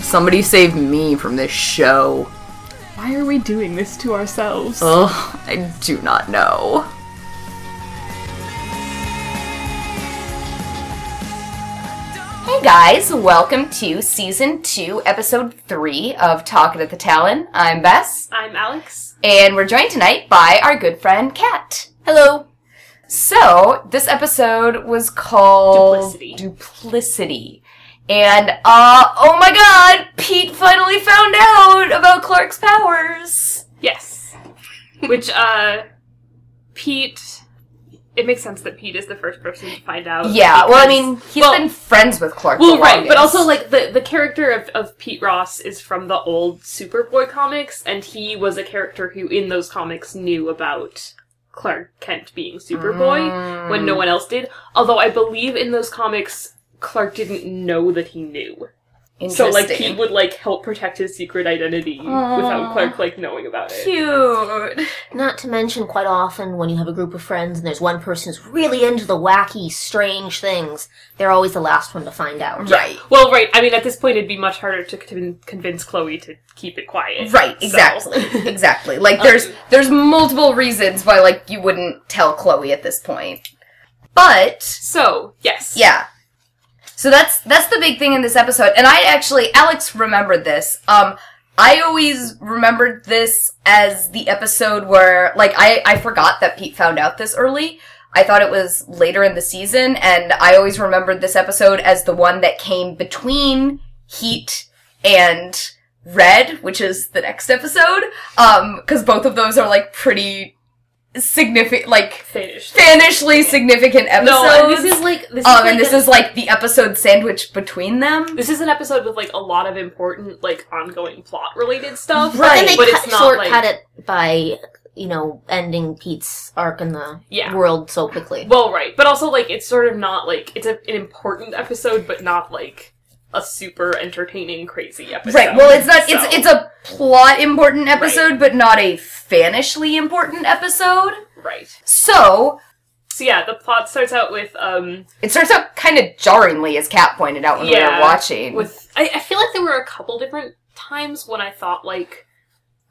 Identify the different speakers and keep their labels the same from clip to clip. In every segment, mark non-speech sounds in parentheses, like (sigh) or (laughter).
Speaker 1: Somebody save me from this show.
Speaker 2: Why are we doing this to ourselves?
Speaker 1: Ugh, I do not know.
Speaker 3: Hey guys, welcome to season two, episode three of Talking at the Talon. I'm Bess,
Speaker 2: I'm Alex.
Speaker 3: and we're joined tonight by our good friend Kat. Hello. So, this episode was called
Speaker 2: Duplicity.
Speaker 3: Duplicity. And, uh, oh my god, Pete finally found out about Clark's powers.
Speaker 2: Yes. Which, uh, Pete. It makes sense that Pete is the first person to find out.
Speaker 3: Yeah, well, I
Speaker 2: because-
Speaker 3: mean, he's
Speaker 2: well-
Speaker 3: been friends with Clark.
Speaker 2: Well,
Speaker 3: the
Speaker 2: right, but
Speaker 3: longest.
Speaker 2: also like the the character of, of Pete Ross is from the old Superboy comics, and he was a character who in those comics knew about Clark Kent being Superboy when
Speaker 3: Mm.
Speaker 2: no one else did. Although I believe in those comics, Clark didn't know that he knew. So
Speaker 3: Interesting.
Speaker 2: like Pete would like help protect his secret identity without Clark like knowing about it.
Speaker 3: Cute.
Speaker 4: Not to mention, quite often when you have a group of friends and there's one person who's really into the wacky, strange things, they're always the last one to find out.
Speaker 3: Right.
Speaker 2: Well, right. I mean, at this point, it'd be much harder to con- convince Chloe to keep it quiet.
Speaker 3: Right,
Speaker 2: so-
Speaker 3: exactly. exactly. Like there's there's multiple reasons why like you wouldn't tell Chloe at this point. But
Speaker 2: So yes.
Speaker 3: yeah. So that's that's the big thing in this episode. And I actually Alex remembered this. Um I always remembered this as the episode where like I I forgot that Pete found out this early. I thought it was later in the season and I always remembered this episode as the one that came between Heat and Red, which is the next episode. Um cuz both of those are like pretty significant like
Speaker 2: Finished.
Speaker 3: fanishly significant episodes.
Speaker 2: No, and this is like this is
Speaker 3: Um,
Speaker 2: like
Speaker 3: and this
Speaker 2: a-
Speaker 3: is like the episode sandwiched between them.
Speaker 2: this is an episode with like a lot of important like ongoing plot related stuff.
Speaker 4: But then they
Speaker 2: but
Speaker 4: cut,
Speaker 2: it's not
Speaker 4: shortcut
Speaker 2: like
Speaker 4: it by, you know, ending Pete's arc in the
Speaker 2: Yeah.
Speaker 4: world so quickly.
Speaker 2: well, right, but also like it's sort of not like it's a, an important episode, but not like a super entertaining crazy episode.
Speaker 3: Right. Well, it's not.
Speaker 2: So-
Speaker 3: It's it's a plot important episode, but not a fanishly important episode.
Speaker 2: right.
Speaker 3: So
Speaker 2: So yeah, the plot starts out with um
Speaker 3: it starts out kind of jarringly, as Kat pointed out when we
Speaker 2: Yeah,
Speaker 3: were watching.
Speaker 2: with I, I feel like there were a couple different times when I thought like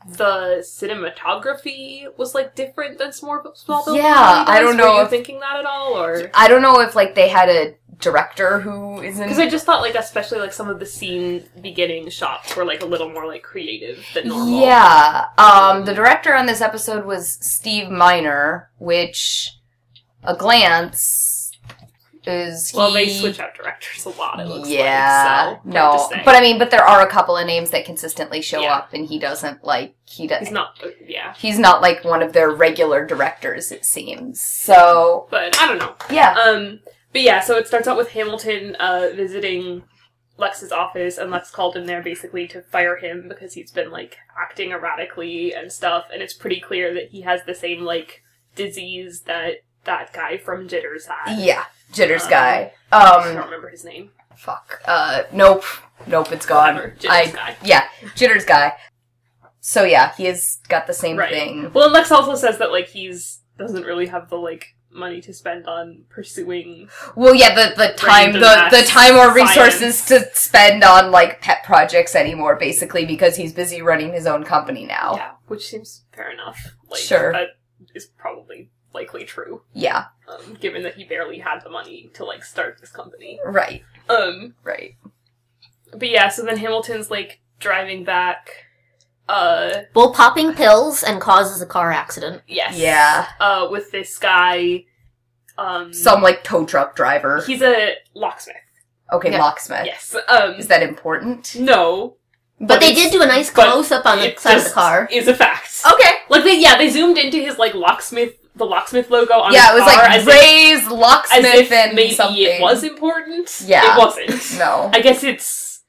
Speaker 2: the cinematography was like different than small small Bill
Speaker 3: Yeah,
Speaker 2: Mountain
Speaker 3: I
Speaker 2: was.
Speaker 3: don't
Speaker 2: Were
Speaker 3: know
Speaker 2: you
Speaker 3: if-
Speaker 2: thinking that at all or
Speaker 3: I don't know if like they had a director who is in.
Speaker 2: Because I just thought, like, especially like some of the scene beginning shots were like a little more like creative than normal.
Speaker 3: Yeah. Um, the director on this episode was Steve Miner, which a glance is
Speaker 2: Well, they
Speaker 3: he-
Speaker 2: switch out directors a lot. It looks
Speaker 3: yeah,
Speaker 2: like. so, I'm
Speaker 3: no,
Speaker 2: just saying.
Speaker 3: but I mean, but there are a couple of names that consistently show
Speaker 2: Yeah.
Speaker 3: up, and he doesn't like he does.
Speaker 2: he's
Speaker 3: He's,
Speaker 2: not. uh, Yeah,
Speaker 3: not like one of their regular directors, it seems. So
Speaker 2: but I don't know.
Speaker 3: yeah,
Speaker 2: Um, but yeah, so it starts out with Hamilton uh, visiting Lex's office, and Lex called him there basically to fire him because he's been like acting erratically and stuff, and it's pretty clear that he has the same like disease that that guy from Jitters had.
Speaker 3: yeah, jitters
Speaker 2: Um,
Speaker 3: guy.
Speaker 2: I don't
Speaker 3: Um,
Speaker 2: remember his name.
Speaker 3: fuck. Uh, nope, nope, it's gone.
Speaker 2: Whatever, Jitters
Speaker 3: Um, I
Speaker 2: guy.
Speaker 3: yeah, jitters guy. So yeah, he has got the same
Speaker 2: Right.
Speaker 3: thing.
Speaker 2: Well, and Lex also says that like he's doesn't really have the like money to spend on pursuing.
Speaker 3: Well, yeah, the the time
Speaker 2: Random
Speaker 3: the
Speaker 2: ass
Speaker 3: the time or
Speaker 2: science.
Speaker 3: resources to spend on like pet projects anymore, basically, because he's busy running his own company now.
Speaker 2: Yeah, which seems fair enough. Like,
Speaker 3: Sure.
Speaker 2: that is probably likely true,
Speaker 3: yeah
Speaker 2: um, given that he barely had the money to like start this company.
Speaker 3: right,
Speaker 2: Um,
Speaker 3: right.
Speaker 2: but yeah, so then Hamilton's like driving back. Uh,
Speaker 4: Bull popping pills and causes a car accident.
Speaker 2: yes,
Speaker 3: Yeah.
Speaker 2: uh, with this guy. Um,
Speaker 3: Some like tow truck driver.
Speaker 2: he's a locksmith.
Speaker 3: okay,
Speaker 4: Yeah.
Speaker 3: locksmith.
Speaker 2: Yes. Um,
Speaker 3: Is that important?
Speaker 2: no,
Speaker 4: But, they did do a nice
Speaker 2: but
Speaker 4: close up on the
Speaker 2: it
Speaker 4: side of the
Speaker 2: just
Speaker 4: car.
Speaker 2: Is a fact.
Speaker 3: Okay.
Speaker 2: Like they, yeah, they zoomed into his like locksmith, the locksmith logo on
Speaker 3: yeah, it
Speaker 2: his
Speaker 3: was
Speaker 2: car
Speaker 3: like
Speaker 2: as
Speaker 3: Ray's
Speaker 2: if,
Speaker 3: locksmith
Speaker 2: as if
Speaker 3: and
Speaker 2: maybe
Speaker 3: something.
Speaker 2: it was important.
Speaker 3: Yeah. (laughs)
Speaker 2: it wasn't.
Speaker 3: No.
Speaker 2: (laughs) I guess it's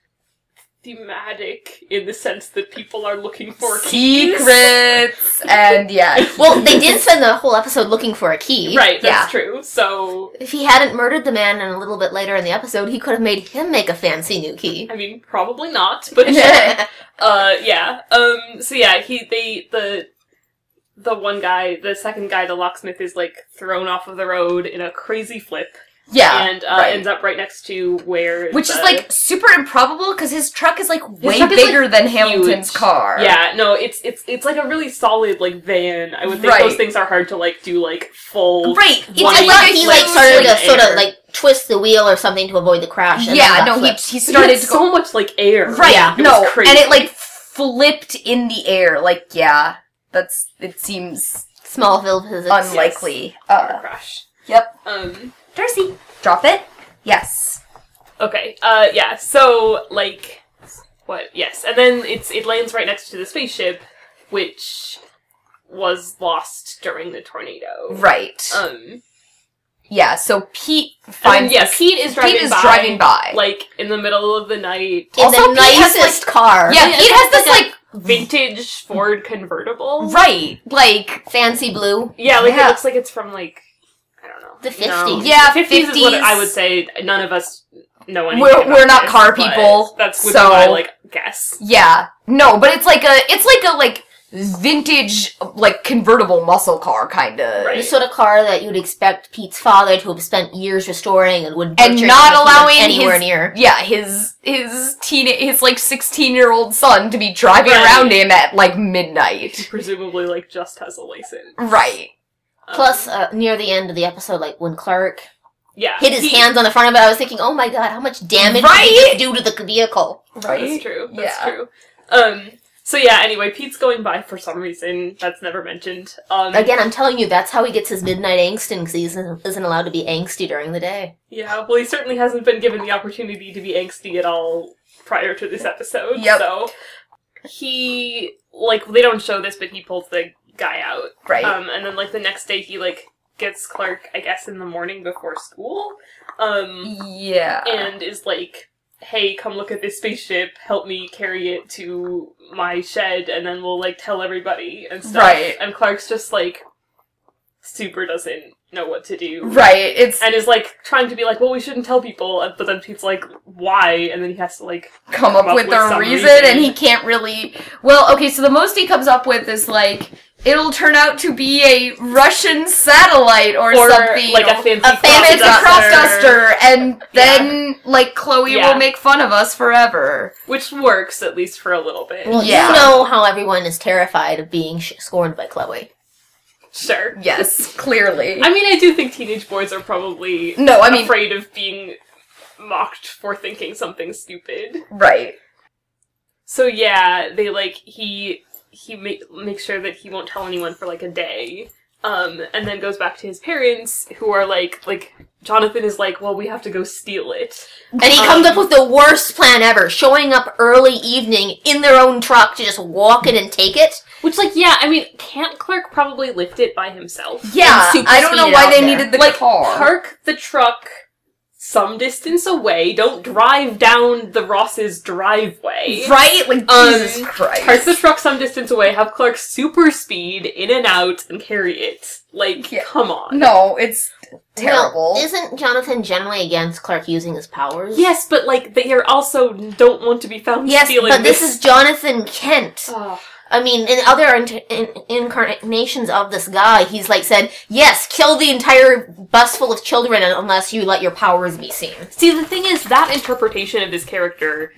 Speaker 2: thematic in the sense that people are looking for keys. (laughs)
Speaker 3: Secrets and yeah.
Speaker 4: Well, they did spend the whole episode looking for a key.
Speaker 2: Right, that's
Speaker 3: Yeah.
Speaker 2: true. So
Speaker 4: If he hadn't murdered the man and a little bit later in the episode, he could have made him make a fancy new key.
Speaker 2: (laughs) I mean, probably not, but sure.
Speaker 3: (laughs)
Speaker 4: That's
Speaker 2: uh, yeah. Um, so yeah, he they the the one guy, the second guy, the locksmith is like thrown off of the road in a crazy flip.
Speaker 3: Yeah.
Speaker 2: and uh,
Speaker 3: right.
Speaker 2: ends up right next to where
Speaker 3: Which is
Speaker 2: the-
Speaker 3: like super improbable because his truck is like way
Speaker 2: truck is,
Speaker 3: bigger than
Speaker 2: huge.
Speaker 3: Hamilton's car.
Speaker 2: Yeah, no, it's it's it's like a really solid like van. I would think
Speaker 3: Right.
Speaker 2: those things are hard to like do like full.
Speaker 3: Right, it's
Speaker 2: one
Speaker 3: I
Speaker 4: I
Speaker 3: like
Speaker 4: thought
Speaker 3: it
Speaker 4: he
Speaker 3: when
Speaker 4: like
Speaker 3: it's
Speaker 4: started
Speaker 2: in
Speaker 4: to sort
Speaker 2: air.
Speaker 4: of like twist the wheel or something to avoid the crash. and
Speaker 3: Yeah,
Speaker 4: then
Speaker 3: no,
Speaker 4: that
Speaker 3: he
Speaker 4: flipped.
Speaker 3: he
Speaker 2: It had
Speaker 3: started to go,
Speaker 2: so much like air.
Speaker 3: right.
Speaker 4: Yeah.
Speaker 2: It was
Speaker 3: no,
Speaker 2: crazy.
Speaker 3: and it like flipped in the air. Like yeah, that's it seems
Speaker 4: Smallville physics.
Speaker 3: unlikely.
Speaker 2: Car
Speaker 3: Uh,
Speaker 2: crash.
Speaker 3: yep,
Speaker 2: Um.
Speaker 3: Darcy, drop it. Yes,
Speaker 2: Okay. Uh. Yeah. So like, what? Yes. And then it's it lands right next to the spaceship, which was lost during the tornado.
Speaker 3: right.
Speaker 2: Um.
Speaker 3: yeah, so Pete
Speaker 2: And then,
Speaker 3: finds
Speaker 2: yes, Pete is driving
Speaker 3: Pete is
Speaker 2: by,
Speaker 3: driving by.
Speaker 2: like in the middle of the night.
Speaker 4: In
Speaker 3: Also,
Speaker 4: the
Speaker 3: Pete has, like-
Speaker 4: nicest car.
Speaker 3: yeah,
Speaker 2: yeah,
Speaker 3: Pete
Speaker 2: it's
Speaker 3: has
Speaker 2: like
Speaker 3: this like,
Speaker 2: vintage Ford convertible.
Speaker 3: right, like
Speaker 4: Fancy blue.
Speaker 2: Yeah, like
Speaker 3: Yeah.
Speaker 2: it looks like it's from like I don't know
Speaker 4: The
Speaker 2: No.
Speaker 4: 50s.
Speaker 3: yeah,
Speaker 2: Fifties is what I would
Speaker 3: 50s.
Speaker 2: say. None of us know anything.
Speaker 3: We're-
Speaker 2: about
Speaker 3: we're not
Speaker 2: this,
Speaker 3: car
Speaker 2: but
Speaker 3: people,
Speaker 2: That's would
Speaker 3: so-
Speaker 2: be my like guess. (laughs)
Speaker 3: Yeah. No, but it's like a it's like a like vintage like convertible muscle car kind of.
Speaker 2: Right.
Speaker 4: The sort of car that you'd expect Pete's father to have spent years restoring and would
Speaker 3: And not
Speaker 4: butcher him if he went
Speaker 3: allowing
Speaker 4: anywhere
Speaker 3: his-
Speaker 4: near.
Speaker 3: Yeah, his his teen his like 16-year-old son to be driving
Speaker 2: Right.
Speaker 3: around him at like midnight.
Speaker 2: Presumably, like just has a license.
Speaker 3: Right.
Speaker 2: Um,
Speaker 4: Plus, uh, near the end of the episode, like when Clark
Speaker 2: yeah,
Speaker 4: hit his
Speaker 2: he-
Speaker 4: hands on the front of it, I was thinking, oh my god, how much damage
Speaker 3: Right?
Speaker 4: did he do to the vehicle?
Speaker 2: (laughs) That's true. That's
Speaker 3: Yeah.
Speaker 2: true. Um. So yeah. Anyway, Pete's going by for some reason that's never mentioned. Um.
Speaker 4: Again, I'm telling you, that's how he gets his midnight angsting because he isn't, isn't allowed to be angsty during the day.
Speaker 2: Yeah. Well, he certainly hasn't been given the opportunity to be angsty at all prior to this episode.
Speaker 3: Yep.
Speaker 2: So he like they don't show this, but he pulls the guy out.
Speaker 3: Right.
Speaker 2: Um, and then like the next day, he like gets Clark, I guess, in the morning before school, um,
Speaker 3: yeah.
Speaker 2: and is like, "Hey, come look at this spaceship. Help me carry it to my shed, and then we'll like tell everybody and stuff."
Speaker 3: Right.
Speaker 2: And Clark's just like, super doesn't know what to do.
Speaker 3: right. It's
Speaker 2: And is like trying to be like, well, we shouldn't tell people, and- but then Pete's like, why? And then he has to like,
Speaker 3: come up with a
Speaker 2: some
Speaker 3: reason,
Speaker 2: reason.
Speaker 3: and he can't really Well, okay, so the most he comes up with is like it'll turn out to be a Russian satellite or,
Speaker 2: or
Speaker 3: something
Speaker 2: like a fancy,
Speaker 4: a
Speaker 3: and it's a
Speaker 4: Duster.
Speaker 3: cross duster, and then like Chloe
Speaker 2: Yeah.
Speaker 3: will make fun of us forever.
Speaker 2: which works at least for a little bit.
Speaker 4: Well,
Speaker 3: Yeah.
Speaker 4: you know how everyone is terrified of being sh- scorned by Chloe.
Speaker 2: sure.
Speaker 3: Yes, clearly.
Speaker 2: I mean, I do think teenage boys are probably
Speaker 3: no, I mean
Speaker 2: afraid of being mocked for thinking something stupid.
Speaker 3: right.
Speaker 2: So yeah, they like he he ma- makes sure that he won't tell anyone for like a day. Um, and then goes back to his parents, who are like, like Jonathan is like, well, we have to go steal it.
Speaker 4: And he comes up with the worst plan ever, showing up early evening in their own truck to just walk in and take it.
Speaker 2: Which, like, yeah, I mean, can't Clark probably lift it by himself?
Speaker 3: Yeah,
Speaker 4: super
Speaker 3: I don't know
Speaker 4: speed
Speaker 3: why
Speaker 4: out
Speaker 3: they
Speaker 4: there.
Speaker 3: needed the
Speaker 2: like,
Speaker 3: car.
Speaker 2: park the truck some distance away. Don't drive down the Ross's driveway.
Speaker 3: right? Like
Speaker 2: Um,
Speaker 3: Jesus Christ.
Speaker 2: Park the truck some distance away, have Clark super speed in and out, and carry it. Like,
Speaker 3: Yeah.
Speaker 2: come on.
Speaker 3: no, it's terrible.
Speaker 4: Now, isn't Jonathan generally against Clark using his powers?
Speaker 2: Yes, but like they are also don't want to be found
Speaker 4: Yes,
Speaker 2: stealing.
Speaker 4: but this is Jonathan Kent.
Speaker 2: Ugh.
Speaker 4: I mean, in other in- in- incarnations of this guy, he's like said, "Yes, kill the entire bus full of children unless you let your powers be seen."
Speaker 2: See, the thing is, that interpretation of this character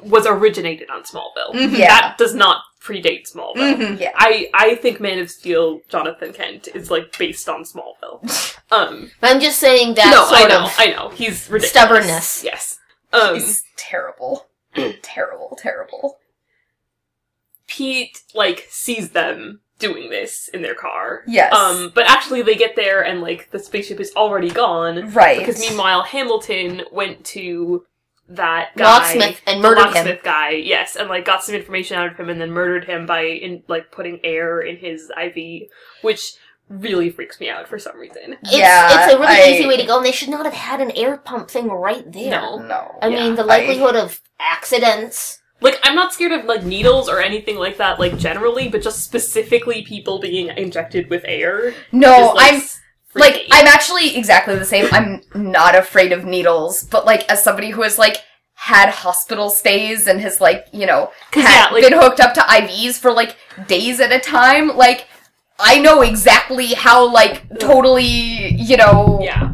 Speaker 2: was originated on Smallville.
Speaker 3: Yeah.
Speaker 2: That does not predate Smallville.
Speaker 3: Mm-hmm. Yeah.
Speaker 2: I I think Man of Steel, Jonathan Kent, is like based on Smallville. Um,
Speaker 4: But I'm just saying that
Speaker 2: no, I
Speaker 4: sort
Speaker 2: know,
Speaker 4: of.
Speaker 2: I know, he's ridiculous.
Speaker 4: Stubbornness.
Speaker 2: Yes. Um,
Speaker 3: It's
Speaker 2: (clears throat)
Speaker 3: terrible. terrible, terrible.
Speaker 2: Pete like sees them doing this in their car.
Speaker 3: Yes.
Speaker 2: Um, but actually, they get there and like the spaceship is already gone.
Speaker 3: Right.
Speaker 2: Because meanwhile, Hamilton went to that guy,
Speaker 4: Locksmith and
Speaker 2: the
Speaker 4: murdered him.
Speaker 2: locksmith guy. Yes, and like got some information out of him, and then murdered him by in like putting air in his IV, which really freaks me out for some reason.
Speaker 4: It's,
Speaker 3: yeah,
Speaker 4: it's a really
Speaker 3: I-
Speaker 4: easy way to go, and they should not have had an air pump thing right there.
Speaker 2: No.
Speaker 3: No.
Speaker 4: I
Speaker 2: Yeah,
Speaker 4: mean, the
Speaker 3: I-
Speaker 4: likelihood of accidents.
Speaker 2: Like I'm not scared of like needles or anything like that, like generally, but just specifically people being injected with air.
Speaker 3: No,
Speaker 2: is, like,
Speaker 3: Oh, I'm
Speaker 2: freaky.
Speaker 3: Like, I'm actually exactly the same. I'm not afraid of needles, but like, as somebody who has like had hospital stays and has like, you know,
Speaker 2: 'Cause,
Speaker 3: had-
Speaker 2: yeah, like-
Speaker 3: been hooked up to IVs for like days at a time, like, I know exactly how like totally, you know,
Speaker 2: yeah.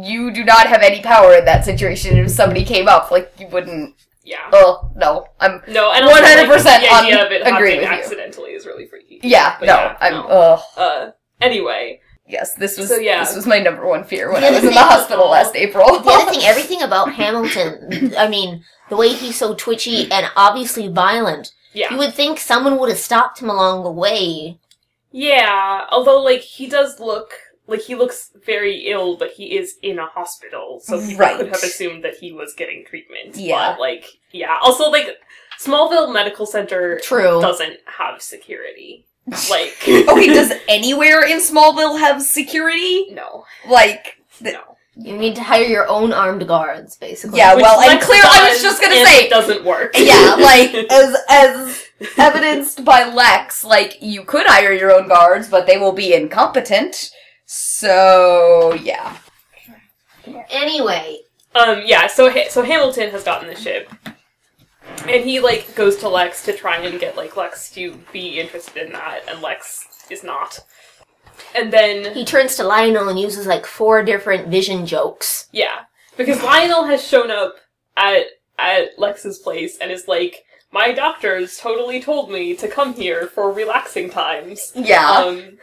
Speaker 3: you do not have any power in that situation. If somebody came up, like you wouldn't.
Speaker 2: Yeah.
Speaker 3: Oh no, I'm.
Speaker 2: No, and also,
Speaker 3: 100%
Speaker 2: like, the idea
Speaker 3: on-
Speaker 2: of it
Speaker 3: um, agree
Speaker 2: happening
Speaker 3: with you.
Speaker 2: accidentally is really freaky.
Speaker 3: Yeah,
Speaker 2: But
Speaker 3: no,
Speaker 2: yeah,
Speaker 3: I'm.
Speaker 2: no.
Speaker 3: Ugh.
Speaker 2: Uh, anyway,
Speaker 3: Yes, this was
Speaker 2: So, yeah.
Speaker 3: this was my number one fear when
Speaker 4: The
Speaker 3: I
Speaker 4: other
Speaker 3: was in the
Speaker 4: thing-
Speaker 3: hospital last April.
Speaker 4: The other
Speaker 3: (laughs)
Speaker 4: thing, everything about Hamilton, I mean, the way he's so twitchy and obviously violent,
Speaker 2: yeah,
Speaker 4: you would think someone would have stopped him along the way.
Speaker 2: yeah. Although, like, he does look like he looks very ill, but he is in a hospital, so people
Speaker 3: Right.
Speaker 2: could have assumed that he was getting treatment.
Speaker 3: Yeah.
Speaker 2: but, like, yeah. Also, like, Smallville Medical Center
Speaker 4: True.
Speaker 2: doesn't
Speaker 3: (laughs)
Speaker 2: have security. Like,
Speaker 3: okay, Oh, does anywhere in Smallville have security?
Speaker 2: (laughs) no,
Speaker 3: Like, th-
Speaker 2: no.
Speaker 4: You need to hire your own armed guards, basically.
Speaker 3: Yeah,
Speaker 2: Which
Speaker 3: well, and
Speaker 2: Lex
Speaker 3: clear- I was
Speaker 2: does,
Speaker 3: just gonna
Speaker 2: and
Speaker 3: say-
Speaker 2: it doesn't (laughs) work.
Speaker 3: yeah, like as as evidenced by Lex, like you could hire your own guards, but they will be incompetent. So yeah,
Speaker 4: Anyway,
Speaker 2: Um, yeah, so Ha- so Hamilton has gotten the ship, and he like goes to Lex to try and get like Lex to be interested in that, and Lex is not. And then
Speaker 4: he turns to Lionel and uses like four different vision jokes.
Speaker 2: yeah, because Lionel has shown up at at Lex's place and is like, my doctors totally told me to come here for relaxing times.
Speaker 3: yeah.
Speaker 2: Um,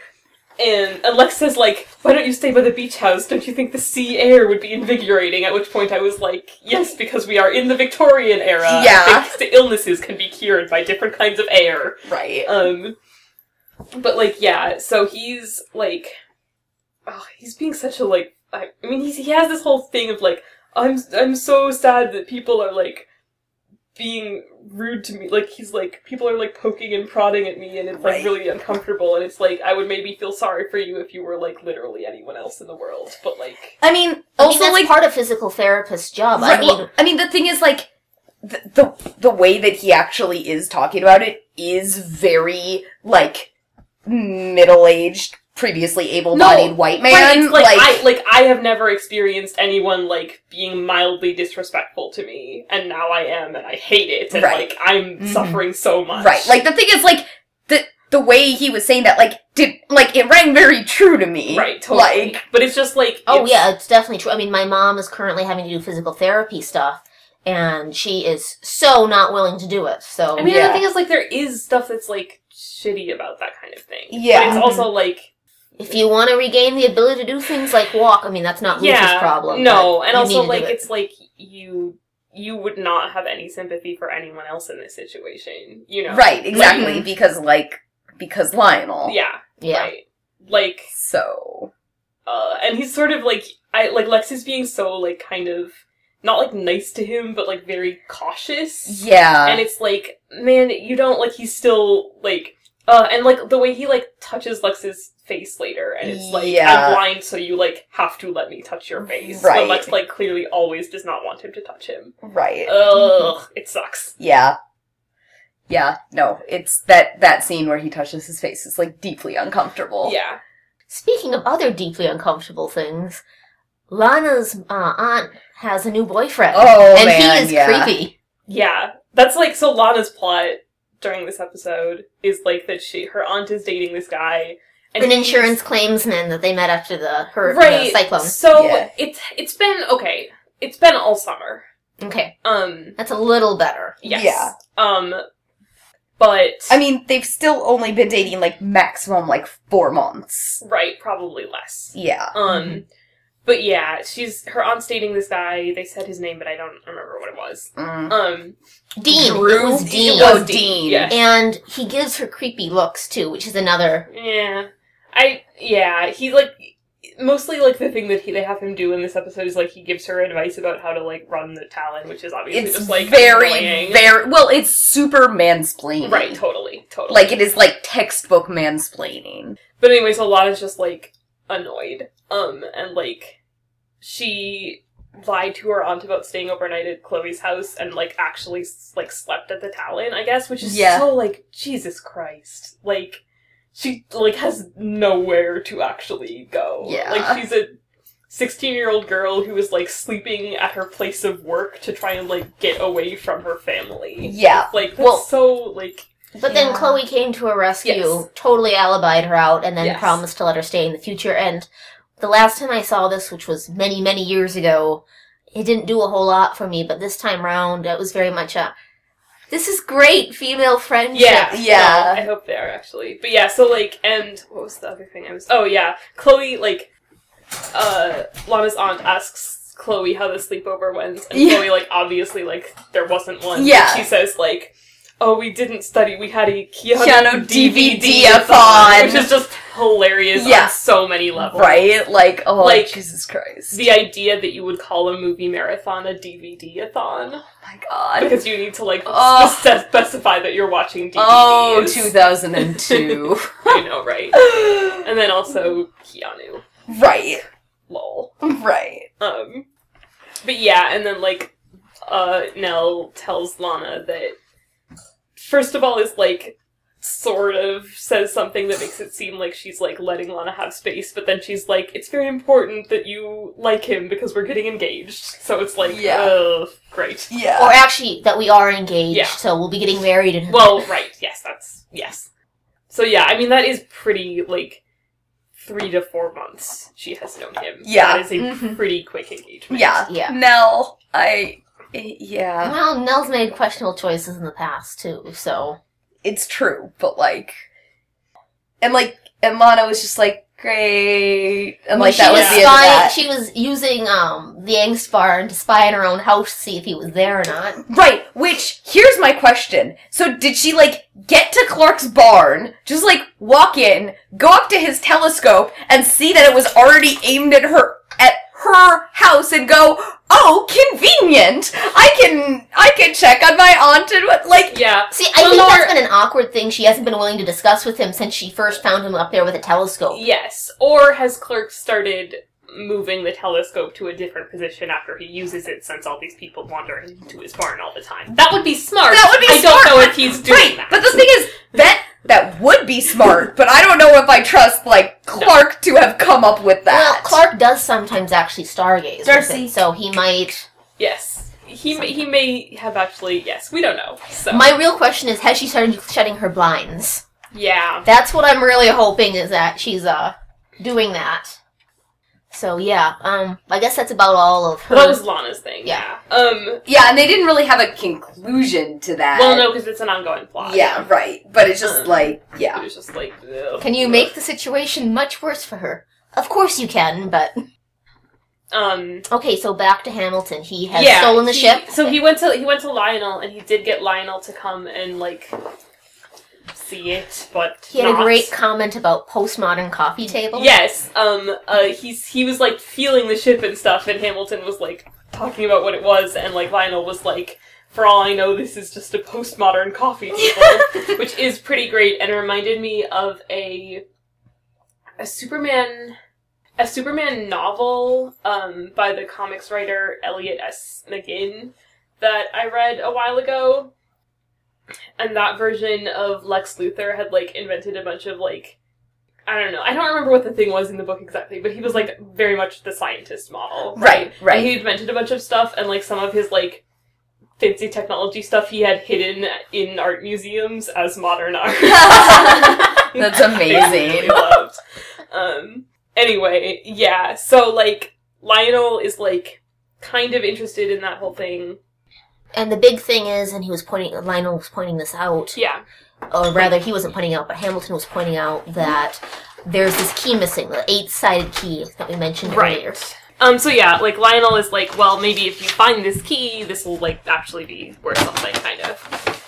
Speaker 2: and and Lex says like, why don't you stay by the beach house? Don't you think the sea air would be invigorating? At which point I was like, yes, because we are in the Victorian era. I
Speaker 3: Yeah.
Speaker 2: think the illnesses can be cured by different kinds of air.
Speaker 3: right.
Speaker 2: Um, but like, yeah. So he's like, oh, he's being such a like. I, I mean, he's, he has this whole thing of like, I'm I'm so sad that people are like being rude to me. Like he's like, people are like poking and prodding at me, and it's like
Speaker 3: Right.
Speaker 2: really uncomfortable. And it's like, I would maybe feel sorry for you if you were like literally anyone else in the world. But like,
Speaker 3: I mean,
Speaker 4: I mean,
Speaker 3: also
Speaker 4: that's
Speaker 3: like
Speaker 4: part of physical therapist's job. I
Speaker 3: Right,
Speaker 4: mean,
Speaker 3: well, I mean, the thing is, like, the, the the way that he actually is talking about it is very like middle aged, previously able bodied
Speaker 2: No,
Speaker 3: white
Speaker 2: Right,
Speaker 3: man.
Speaker 2: it's like,
Speaker 3: like,
Speaker 2: I like I have never experienced anyone like being mildly disrespectful to me, and now I am, and I hate it, and
Speaker 3: Right.
Speaker 2: like I'm
Speaker 3: Mhm.
Speaker 2: suffering so much.
Speaker 3: right? Like the thing is, like the the way he was saying that, like, did like it rang very true to me.
Speaker 2: right, totally.
Speaker 3: Like,
Speaker 2: but it's just like
Speaker 4: Oh
Speaker 2: it's-
Speaker 4: yeah, it's definitely true. I mean, my mom is currently having to do physical therapy stuff, and she is so not willing to do it. So
Speaker 2: I mean,
Speaker 3: Yeah.
Speaker 2: the thing is, like, there is stuff that's like shitty about that kind of thing.
Speaker 3: Yeah.
Speaker 2: but it's also like
Speaker 4: if you want to regain the ability to do things like walk, I mean, that's not Lucy's
Speaker 2: yeah,
Speaker 4: problem.
Speaker 2: No,
Speaker 4: but
Speaker 2: and
Speaker 4: you need
Speaker 2: also
Speaker 4: to do
Speaker 2: like
Speaker 4: it.
Speaker 2: it's like you you would not have any sympathy for anyone else in this situation. You know,
Speaker 3: right, exactly,
Speaker 4: Like-
Speaker 3: because like because Lionel.
Speaker 2: mm. Yeah,
Speaker 4: yeah,
Speaker 2: right. Like
Speaker 3: So
Speaker 2: uh, and he's sort of like I like Lex is being so like kind of not like nice to him, but like very cautious.
Speaker 3: yeah,
Speaker 2: And it's like, man, you don't like he's still like uh and like the way he like touches Lex's face later and it's like
Speaker 3: Yeah.
Speaker 2: I'm blind so you like have to let me touch your face.
Speaker 3: Right.
Speaker 2: When Lex like clearly always does not want him to touch him.
Speaker 3: right.
Speaker 2: Ugh, it sucks.
Speaker 3: Yeah. Yeah, no, it's that that scene where he touches his face is like deeply uncomfortable.
Speaker 2: Yeah.
Speaker 4: Speaking of other deeply uncomfortable things, Lana's uh, aunt has a new boyfriend.
Speaker 3: Oh,
Speaker 4: and
Speaker 3: man,
Speaker 4: he is
Speaker 3: yeah.
Speaker 4: creepy.
Speaker 2: Yeah. That's like so Lana's plot during this episode is like that she her aunt is dating this guy
Speaker 4: An
Speaker 2: he's-
Speaker 4: insurance claimsman that they met after the her
Speaker 2: right.
Speaker 4: the cyclone.
Speaker 2: So
Speaker 3: Yeah.
Speaker 2: it's it's been okay. It's been all summer.
Speaker 4: Okay,
Speaker 2: Um
Speaker 4: that's a little better.
Speaker 2: yes.
Speaker 3: Yeah.
Speaker 2: Um but
Speaker 3: I mean, they've still only been dating like maximum like 4 months.
Speaker 2: right, probably less.
Speaker 3: Yeah. Mm-hmm.
Speaker 2: Um but yeah, she's her aunt's dating this guy. They said his name but I don't remember what it was.
Speaker 3: Mm.
Speaker 2: Um
Speaker 4: Dean, it
Speaker 3: Drew?
Speaker 4: was
Speaker 3: It
Speaker 4: Dean,
Speaker 3: was-
Speaker 2: Oh,
Speaker 3: Dean.
Speaker 2: Yeah.
Speaker 4: and he gives her creepy looks too, which is another
Speaker 2: Yeah. I yeah, he like mostly like the thing that he, they have him do in this episode is like he gives her advice about how to like run the Talon, which is obviously
Speaker 3: It's
Speaker 2: just like
Speaker 3: very
Speaker 2: annoying.
Speaker 3: very well, it's super mansplaining.
Speaker 2: right, totally, totally.
Speaker 3: Like it is like textbook mansplaining.
Speaker 2: But anyways, Alana's just like annoyed. Um, and like she lied to her aunt about staying overnight at Chloe's house and like actually like slept at the Talon, I guess, which is
Speaker 3: Yeah.
Speaker 2: so like Jesus Christ. Like she like has nowhere to actually go.
Speaker 3: Yeah.
Speaker 2: Like she's a 16 year old girl who is like sleeping at her place of work to try and like get away from her family.
Speaker 3: Yeah.
Speaker 2: Like that's
Speaker 3: Well-
Speaker 2: so like
Speaker 4: But then
Speaker 3: Yeah.
Speaker 4: Chloe came to her rescue,
Speaker 2: Yes.
Speaker 4: totally alibied her out, and then
Speaker 2: Yes.
Speaker 4: promised to let her stay in the future. And the last time I saw this, which was many, many years ago, it didn't do a whole lot for me, but this time round, it was very much a, this is great female friendship.
Speaker 2: Yeah,
Speaker 3: yeah.
Speaker 2: no, I hope they are actually, but yeah. So like, and what was the other thing I was? Oh yeah, Chloe. Like, uh, Lana's aunt asks Chloe how the sleepover went, and
Speaker 3: Yeah.
Speaker 2: Chloe like obviously like there wasn't one.
Speaker 3: Yeah.
Speaker 2: she says like, oh, we didn't study. We had a Keanu,
Speaker 3: Keanu DVD-a-thon.
Speaker 2: DVD-a-thon, which is just hilarious
Speaker 3: Yeah.
Speaker 2: on so many levels.
Speaker 3: Right? Like, oh,
Speaker 2: Like,
Speaker 3: Jesus Christ.
Speaker 2: The idea that you would call a movie marathon a DVD-a-thon
Speaker 3: oh my god.
Speaker 2: because you need to like
Speaker 3: Oh.
Speaker 2: spec- specify that you're watching DVDs.
Speaker 3: Oh,
Speaker 2: (laughs)
Speaker 3: 2002.
Speaker 2: I know, right? And then also Keanu.
Speaker 3: right.
Speaker 2: Lol.
Speaker 3: Right.
Speaker 2: Um, but yeah, and then like, uh, Nell tells Lana that first of all is like sort of says something that makes it seem like she's like letting Lana have space, but then she's like, it's very important that you like him because we're getting engaged. So it's like,
Speaker 3: Yeah.
Speaker 2: ugh, great.
Speaker 3: Yeah.
Speaker 4: Or actually, that we are engaged,
Speaker 2: Yeah.
Speaker 4: so we'll be getting married in
Speaker 2: Well, right. Yes, that's yes. So yeah, I mean that is pretty like three to four months she has known him.
Speaker 3: Yeah.
Speaker 2: that is a
Speaker 3: Mhm.
Speaker 2: pretty quick engagement.
Speaker 3: yeah.
Speaker 4: Yeah.
Speaker 3: Nell, I. Yeah.
Speaker 4: Well, Nell's made questionable choices in the past too, so
Speaker 3: It's true, but like. And like, and Lana was just like, great. And like,
Speaker 4: she
Speaker 3: that was
Speaker 4: was
Speaker 3: the end of that.
Speaker 4: She was using um the angst bar to spy in her own house to see if he was there or not.
Speaker 3: Right, which here's my question. So did she like get to Clark's barn, just like walk in, go up to his telescope and see that it was already aimed at her at her house and go, "Oh, convenient. I can I can check on my aunt and what like
Speaker 2: Yeah.
Speaker 4: See, I
Speaker 2: Well,
Speaker 4: think
Speaker 2: Laura-
Speaker 4: that's been an awkward thing she hasn't been willing to discuss with him since she first found him up there with a telescope.
Speaker 2: Yes. Or has Clerk started moving the telescope to a different position after he uses it since all these people wander into his barn all the time? That would be smart.
Speaker 3: That would be
Speaker 2: I
Speaker 3: smart,
Speaker 2: don't know
Speaker 3: but-
Speaker 2: if he's doing
Speaker 3: Right,
Speaker 2: that.
Speaker 3: but the thing is that that would be smart, but I don't know if I trust like Clark to have come up with
Speaker 4: Well,
Speaker 3: that.
Speaker 4: Clark does sometimes actually stargaze, with
Speaker 3: Darcy.
Speaker 4: it, so he might.
Speaker 2: yes. He may, he may have actually yes, we don't know. So
Speaker 4: My real question is, has she started shutting her blinds?
Speaker 2: yeah.
Speaker 4: That's what I'm really hoping is that she's uh doing that. So yeah, um, I guess that's about all of her.
Speaker 2: That was Lana's thing.
Speaker 4: Yeah.
Speaker 2: yeah. Um
Speaker 3: Yeah, and they didn't really have a conclusion to that.
Speaker 2: well no because it's an ongoing plot.
Speaker 3: Yeah, right. But it's just
Speaker 2: Um,
Speaker 3: like,
Speaker 2: It
Speaker 3: yeah.
Speaker 2: was just like, ugh.
Speaker 4: Can you make the situation much worse for her? Of course you can, but
Speaker 2: um?
Speaker 4: okay. So back to Hamilton. He has
Speaker 2: yeah,
Speaker 4: stolen the
Speaker 2: he-
Speaker 4: ship.
Speaker 2: So he went to he went to Lionel, and he did get Lionel to come and like see it, but
Speaker 4: He had
Speaker 2: not.
Speaker 4: a great comment about postmodern coffee tables.
Speaker 2: Yes, um, uh, he's he was like feeling the ship and stuff, and Hamilton was like talking about what it was, and like Lionel was like, "For all I know, this is just a postmodern
Speaker 4: (laughs)
Speaker 2: coffee table," which is pretty great, and it reminded me of a a Superman a Superman novel um, by the comics writer Elliot S. McGinn that I read a while ago. And that version of Lex Luthor had like invented a bunch of like I don't know. I don't remember what the thing was in the book exactly, but he was like very much the scientist model.
Speaker 3: Right,
Speaker 2: Right.
Speaker 3: right.
Speaker 2: he invented a bunch of stuff and like some of his like fancy technology stuff he had hidden in art museums as modern art.
Speaker 3: (laughs)
Speaker 2: (laughs)
Speaker 3: That's amazing.
Speaker 2: I really loved. Um, anyway, yeah. So like Lionel is like kind of interested in that whole thing.
Speaker 4: And the big thing is, and he was pointing. Lionel was pointing this out,
Speaker 2: Yeah.
Speaker 4: or rather, he wasn't pointing out, but Hamilton was pointing out that there's this key missing, the eight-sided key that we mentioned earlier.
Speaker 2: Um. So yeah, like Lionel is like, well, maybe if you find this key, this will like actually be worth something, kind of.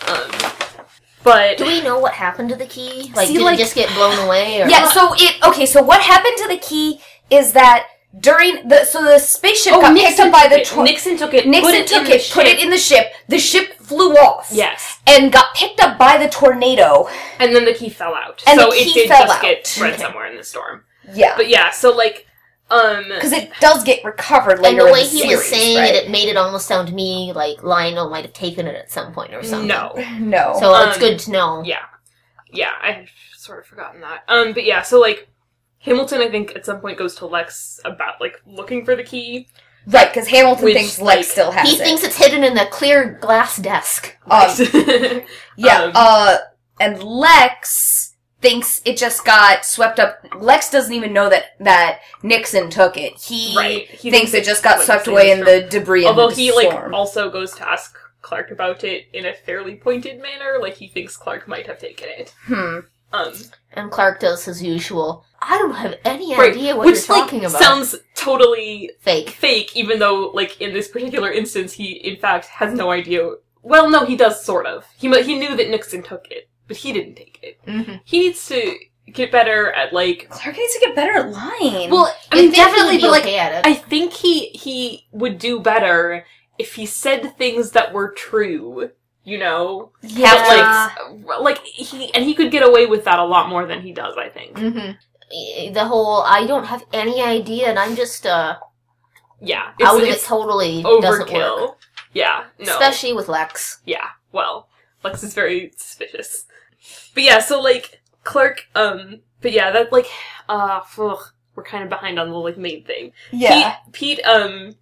Speaker 2: Um. But
Speaker 4: Do we know what happened to the key? Like,
Speaker 3: See,
Speaker 4: did
Speaker 3: like-
Speaker 4: it just get blown away? Or
Speaker 3: Yeah, so it okay, so what happened to the key is that during the so the spaceship got picked up by the
Speaker 2: took it.
Speaker 3: tor-
Speaker 2: Nixon took it.
Speaker 3: Nixon
Speaker 2: put it
Speaker 3: took
Speaker 2: in the
Speaker 3: it, put
Speaker 2: ship.
Speaker 3: it in the ship. The ship flew off.
Speaker 2: Yes,
Speaker 3: And got picked up by the tornado.
Speaker 2: and then the key fell out.
Speaker 3: And
Speaker 2: so
Speaker 3: the
Speaker 2: it
Speaker 3: key
Speaker 2: did
Speaker 3: fell
Speaker 2: just
Speaker 3: out.
Speaker 2: get spread
Speaker 4: Okay.
Speaker 2: somewhere in the storm.
Speaker 3: Yeah.
Speaker 2: But yeah, so like, um,
Speaker 3: Because it does get recovered later.
Speaker 4: And the way
Speaker 3: in the
Speaker 4: he
Speaker 3: series,
Speaker 4: was saying
Speaker 3: right?
Speaker 4: it, it made it almost sound to me like Lionel might have taken it at some point or something.
Speaker 2: no,
Speaker 3: (laughs) No.
Speaker 4: So it's
Speaker 2: Um,
Speaker 4: good to know.
Speaker 2: yeah yeah i had sort of forgotten that um but yeah so like hamilton i think at some point goes to lex about like looking for the key
Speaker 3: right, because Hamilton
Speaker 2: Which,
Speaker 3: thinks Lex
Speaker 2: like,
Speaker 3: still has
Speaker 4: He
Speaker 3: it.
Speaker 4: thinks it's hidden in the clear glass desk.
Speaker 2: (laughs)
Speaker 3: Um, Yeah,
Speaker 2: Um,
Speaker 3: uh, and Lex thinks it just got swept up. Lex doesn't even know that that Nixon took it. He
Speaker 2: Right. He
Speaker 3: thinks
Speaker 2: thinks
Speaker 3: it just got
Speaker 2: it's
Speaker 3: swept
Speaker 2: in
Speaker 3: away in
Speaker 2: the
Speaker 3: the debris.
Speaker 2: Although
Speaker 3: of the
Speaker 2: he like
Speaker 3: storm.
Speaker 2: also goes to ask Clark about it in a fairly pointed manner, like he thinks Clark might have taken it.
Speaker 3: Hmm.
Speaker 2: Um,
Speaker 4: And Clark does his usual. I don't have any
Speaker 2: right,
Speaker 4: idea what
Speaker 2: which
Speaker 4: you're
Speaker 2: like
Speaker 4: talking about.
Speaker 2: sounds totally
Speaker 4: fake.
Speaker 2: fake, even though like in this particular instance, he in fact has no idea. Well, no, he does sort of. He mu- he knew that Nixon took it, but he didn't take it.
Speaker 4: Mhm.
Speaker 2: He needs to get better at like.
Speaker 3: Clark needs to get better at lying.
Speaker 2: Well, I
Speaker 4: You'd
Speaker 2: mean,
Speaker 4: think he'd
Speaker 2: definitely,
Speaker 4: be
Speaker 2: but like
Speaker 4: okay at it.
Speaker 2: I think he he would do better if he said things that were true. You know,
Speaker 3: yeah.
Speaker 2: that, like like he and he could get away with that a lot more than he does. I think.
Speaker 4: Mhm. The whole I don't have any idea, and I'm just uh
Speaker 2: Yeah,
Speaker 4: out of it
Speaker 2: it's, it's
Speaker 4: totally doesn't work,
Speaker 2: overkill. Yeah, no,
Speaker 4: especially with Lex.
Speaker 2: yeah. Well, Lex is very suspicious. But yeah, so like Clark. Um, but yeah, that like uh, ugh, we're kind of behind on the like main thing.
Speaker 3: yeah.
Speaker 2: Pete, Pete um,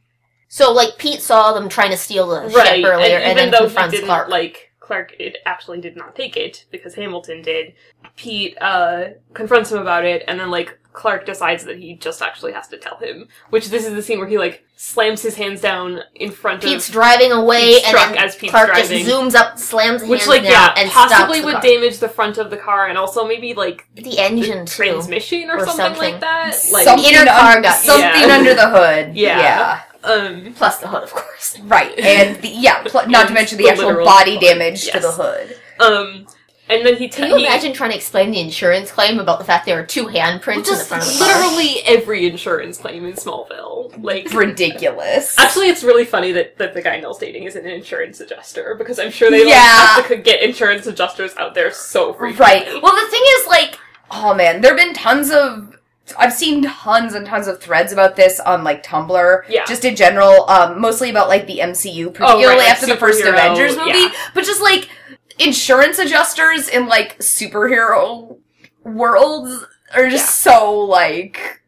Speaker 4: So like Pete saw them trying to steal the ship earlier,
Speaker 2: even
Speaker 4: and, then
Speaker 2: though he
Speaker 4: confronts
Speaker 2: didn't
Speaker 4: Clark.
Speaker 2: like Clark, it actually did not take it because Hamilton did. Pete uh, confronts him about it, and then like Clark decides that he just actually has to tell him. Which this is the scene where he like slams his hands down in front
Speaker 4: Pete's
Speaker 2: of.
Speaker 4: driving away,
Speaker 2: Pete's
Speaker 4: and
Speaker 2: struck
Speaker 4: then
Speaker 2: as Pete's
Speaker 4: Clark
Speaker 2: driving.
Speaker 4: just zooms up, slams his
Speaker 2: Which
Speaker 4: hands
Speaker 2: like
Speaker 4: down,
Speaker 2: yeah,
Speaker 4: and
Speaker 2: possibly
Speaker 4: stops
Speaker 2: would
Speaker 4: the, car.
Speaker 2: damage the front of the car and also maybe like
Speaker 4: the engine too.
Speaker 2: transmission or,
Speaker 4: Or
Speaker 2: something,
Speaker 4: something.
Speaker 2: like that. Like
Speaker 3: something
Speaker 4: inner car
Speaker 3: un-
Speaker 4: got-
Speaker 3: something
Speaker 2: Yeah. (laughs)
Speaker 3: under the hood.
Speaker 2: Yeah.
Speaker 3: yeah.
Speaker 2: um
Speaker 4: Plus the hood, of course.
Speaker 3: Right, and the, yeah, pl- not
Speaker 2: (laughs)
Speaker 3: to
Speaker 2: And
Speaker 3: mention the
Speaker 2: the
Speaker 3: actual
Speaker 2: literal
Speaker 3: body
Speaker 2: hood,
Speaker 3: damage to
Speaker 2: yes.
Speaker 3: the hood.
Speaker 2: um and then he ta-
Speaker 4: Can you
Speaker 2: he-
Speaker 4: imagine trying to explain the insurance claim about the fact there are two handprints in
Speaker 2: (laughs)
Speaker 4: the
Speaker 2: just
Speaker 4: front of the car?
Speaker 2: literally every insurance claim in Smallville like
Speaker 3: Ridiculous.
Speaker 2: Actually, it's really funny that, that the guy Nell's dating is an insurance adjuster because I'm sure they like,
Speaker 3: Yeah.
Speaker 2: have to get insurance adjusters out there so frequently.
Speaker 3: Right. Well, the thing is, like, oh man, there have been tons of. I've seen tons and tons of threads about this on like Tumblr,
Speaker 2: Yeah. Oh,
Speaker 3: just in general, um, mostly about like the MCU, particularly
Speaker 2: like
Speaker 3: after the first
Speaker 2: superhero,
Speaker 3: Avengers movie,
Speaker 2: yeah.
Speaker 3: but just like insurance adjusters in like superhero worlds are just so like.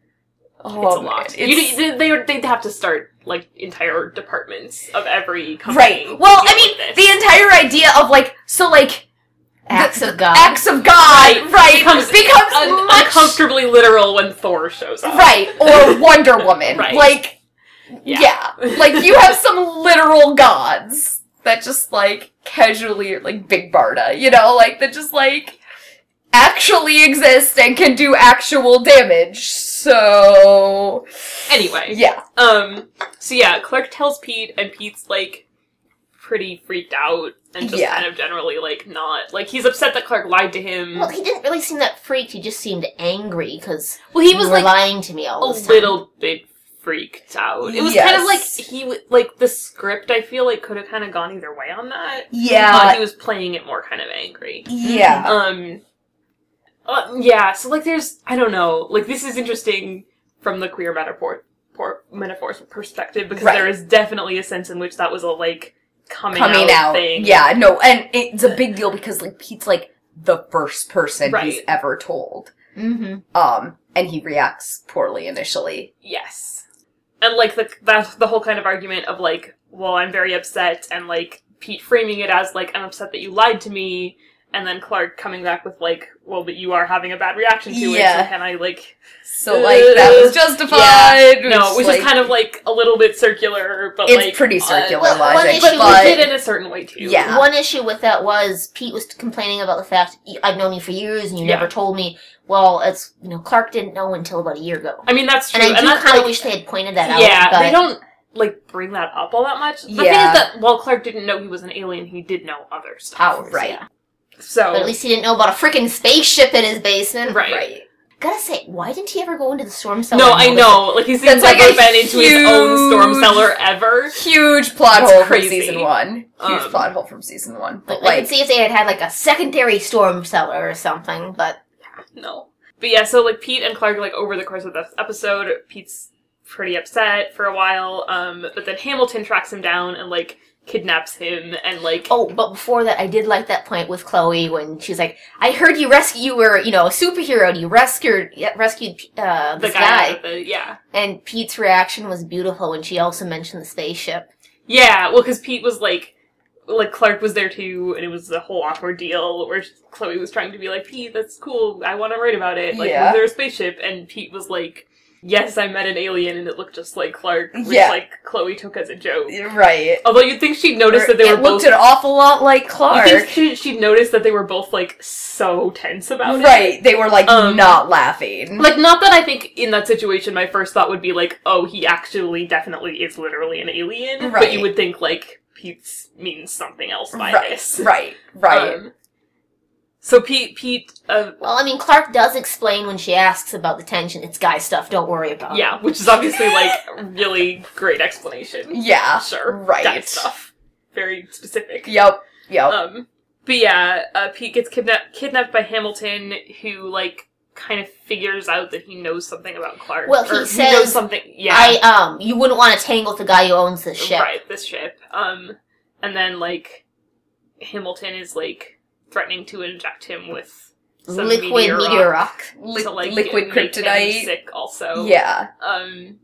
Speaker 3: Oh,
Speaker 2: it's a
Speaker 3: man,
Speaker 2: lot.
Speaker 3: it's-
Speaker 2: You- they- they would- they'd have to start like entire departments of every company.
Speaker 3: Right. Well,
Speaker 2: to
Speaker 3: I
Speaker 2: deal
Speaker 3: mean,
Speaker 2: with
Speaker 3: the
Speaker 2: this.
Speaker 3: entire idea of like so like
Speaker 4: Acts of God.
Speaker 3: acts of God, uh, right,
Speaker 2: Right. becomes,
Speaker 3: becomes
Speaker 2: un-
Speaker 3: much-
Speaker 2: uncomfortably literal when Thor shows up.
Speaker 3: right
Speaker 2: (laughs)
Speaker 3: or Wonder Woman,
Speaker 2: Right.
Speaker 3: like
Speaker 2: Yeah.
Speaker 3: yeah. like you have
Speaker 2: (laughs)
Speaker 3: some literal gods that just like casually like Big Barda, you know, like that just like actually exist and can do actual damage. So
Speaker 2: Anyway.
Speaker 3: yeah,
Speaker 2: Um. So yeah, Clark tells Pete, and Pete's like pretty freaked out and just
Speaker 3: Yeah.
Speaker 2: kind of generally like not like he's upset that Clark lied to him.
Speaker 4: Well, he didn't really seem that freaked. He just seemed angry because
Speaker 2: well
Speaker 4: he was oh, lying to me all
Speaker 2: a
Speaker 4: this time.
Speaker 2: little bit freaked out. It was kind of like
Speaker 3: Yes.
Speaker 2: he w- like the script. I feel like could have kind of gone either way on that. but
Speaker 3: yeah,
Speaker 2: he was playing it more kind of angry.
Speaker 3: yeah.
Speaker 2: Um, uh, yeah. So like, there's I don't know. Like this is interesting from the queer metaphor por- metaphors perspective because
Speaker 3: Right.
Speaker 2: there is definitely a sense in which that was a like coming,
Speaker 3: coming out.
Speaker 2: thing.
Speaker 3: Yeah, no, and it's a big deal because like Pete's like the first person he's
Speaker 2: Right.
Speaker 3: ever told.
Speaker 4: Mm-hmm.
Speaker 3: Um, and he reacts poorly initially.
Speaker 2: Yes. And like the that's the whole kind of argument of like, well, I'm very upset and like Pete framing it as like I'm upset that you lied to me and then Clark coming back with like, well, but you are having a bad reaction to it,
Speaker 3: Yeah.
Speaker 2: so can I like
Speaker 3: So like that
Speaker 2: (laughs)
Speaker 3: was justified.
Speaker 2: No, which
Speaker 3: like,
Speaker 2: is kind of like a little bit circular, but
Speaker 3: it's
Speaker 2: like
Speaker 3: pretty
Speaker 2: uh,
Speaker 3: circular
Speaker 4: well, one
Speaker 3: logic,
Speaker 4: issue
Speaker 3: but,
Speaker 4: with
Speaker 2: but
Speaker 4: it
Speaker 2: did in a certain way too.
Speaker 3: Yeah.
Speaker 4: One issue with that was Pete was complaining about the fact "Y- I've known you for years and you
Speaker 2: Yeah.
Speaker 4: never told me. Well, it's you know Clark didn't know until about a year ago,
Speaker 2: I mean that's true.
Speaker 4: and I do
Speaker 2: that's,
Speaker 4: kind of
Speaker 2: like,
Speaker 4: wish they had pointed that
Speaker 2: Yeah,
Speaker 4: out. But
Speaker 2: they don't like bring that up all that much. The thing
Speaker 3: Yeah.
Speaker 2: is that while Clark didn't know he was an alien, he did know other stuff.
Speaker 4: powers,
Speaker 3: Right.
Speaker 4: yeah.
Speaker 2: So
Speaker 4: But at least he didn't know about a freaking spaceship in his basement.
Speaker 2: Right.
Speaker 3: right.
Speaker 4: Gotta say, why didn't he ever go into the storm cellar?
Speaker 2: No,
Speaker 4: and
Speaker 2: I
Speaker 4: notice
Speaker 2: know. Like he's
Speaker 3: That's
Speaker 2: never
Speaker 3: like a
Speaker 2: been into his own storm
Speaker 3: huge-
Speaker 2: cellar ever. (laughs)
Speaker 3: Huge plot
Speaker 2: That's
Speaker 3: hole from
Speaker 2: crazy.
Speaker 3: season one. Huge
Speaker 2: Um,
Speaker 3: plot hole from season one.
Speaker 4: Like,
Speaker 3: But
Speaker 4: I
Speaker 3: like,
Speaker 4: could see if they had had like a secondary storm cellar or something, but
Speaker 2: No. But yeah, so like Pete and Clark, like over the course of this episode, Pete's pretty upset for a while. Um, but then Hamilton tracks him down and like kidnaps him and like
Speaker 4: oh, but before that, I did like that point with Chloe when she's like, "I heard you rescue, you were you know a superhero, and you rescued yeah, rescued uh,
Speaker 2: the
Speaker 4: this
Speaker 2: guy.
Speaker 4: guy."
Speaker 2: out of the- yeah.
Speaker 4: And Pete's reaction was beautiful when she also mentioned the spaceship.
Speaker 2: Yeah. Well, because Pete was like. like Clark was there too, and it was a whole awkward deal where Chloe was trying to be like, Pete, that's cool. I want to write about it. Like,
Speaker 3: Yeah.
Speaker 2: was there a spaceship? And Pete was like, Yes, I met an alien, and it looked just like Clark, which
Speaker 3: Yeah.
Speaker 2: like Chloe took as a joke.
Speaker 3: Right.
Speaker 2: Although you'd think she'd noticed that they
Speaker 3: it
Speaker 2: were
Speaker 3: looked
Speaker 2: both.
Speaker 3: an awful lot like Clark.
Speaker 2: You think she, she'd noticed that they were both like so tense about it?
Speaker 3: Right. They were like
Speaker 2: Um,
Speaker 3: not laughing.
Speaker 2: Like, not that I think in that situation my first thought would be like, oh, he actually definitely is literally an alien. But
Speaker 3: Right.
Speaker 2: you would think, like, Pete's means something else by
Speaker 3: right,
Speaker 2: this.
Speaker 3: right. Right.
Speaker 2: Um, so Pete, Pete, uh,
Speaker 4: Well, I mean, Clark does explain when she asks about the tension. It's guy stuff. Don't worry about it.
Speaker 2: yeah, which is obviously like
Speaker 3: (laughs)
Speaker 2: a really great explanation.
Speaker 3: yeah.
Speaker 2: Sure,
Speaker 3: Right.
Speaker 2: guy stuff, very specific.
Speaker 3: Yep. Yep.
Speaker 2: Um, but yeah, uh, Pete gets kidnapped kidnapped by Hamilton, who like kind of figures out that he knows something about Clark.
Speaker 4: Well, he
Speaker 2: or
Speaker 4: says,
Speaker 2: knows something. Yeah,
Speaker 4: I um, you wouldn't want to tangle with the guy who owns the ship.
Speaker 2: Right, this ship. Um, and then like Hamilton is like threatening to inject him with some
Speaker 4: Liquid
Speaker 2: meteor
Speaker 4: meteor,
Speaker 2: rock
Speaker 4: rock.
Speaker 3: Li-
Speaker 2: to, like,
Speaker 3: liquid
Speaker 2: make him
Speaker 3: kryptonite.
Speaker 2: Sick, also.
Speaker 3: Yeah.
Speaker 2: Um,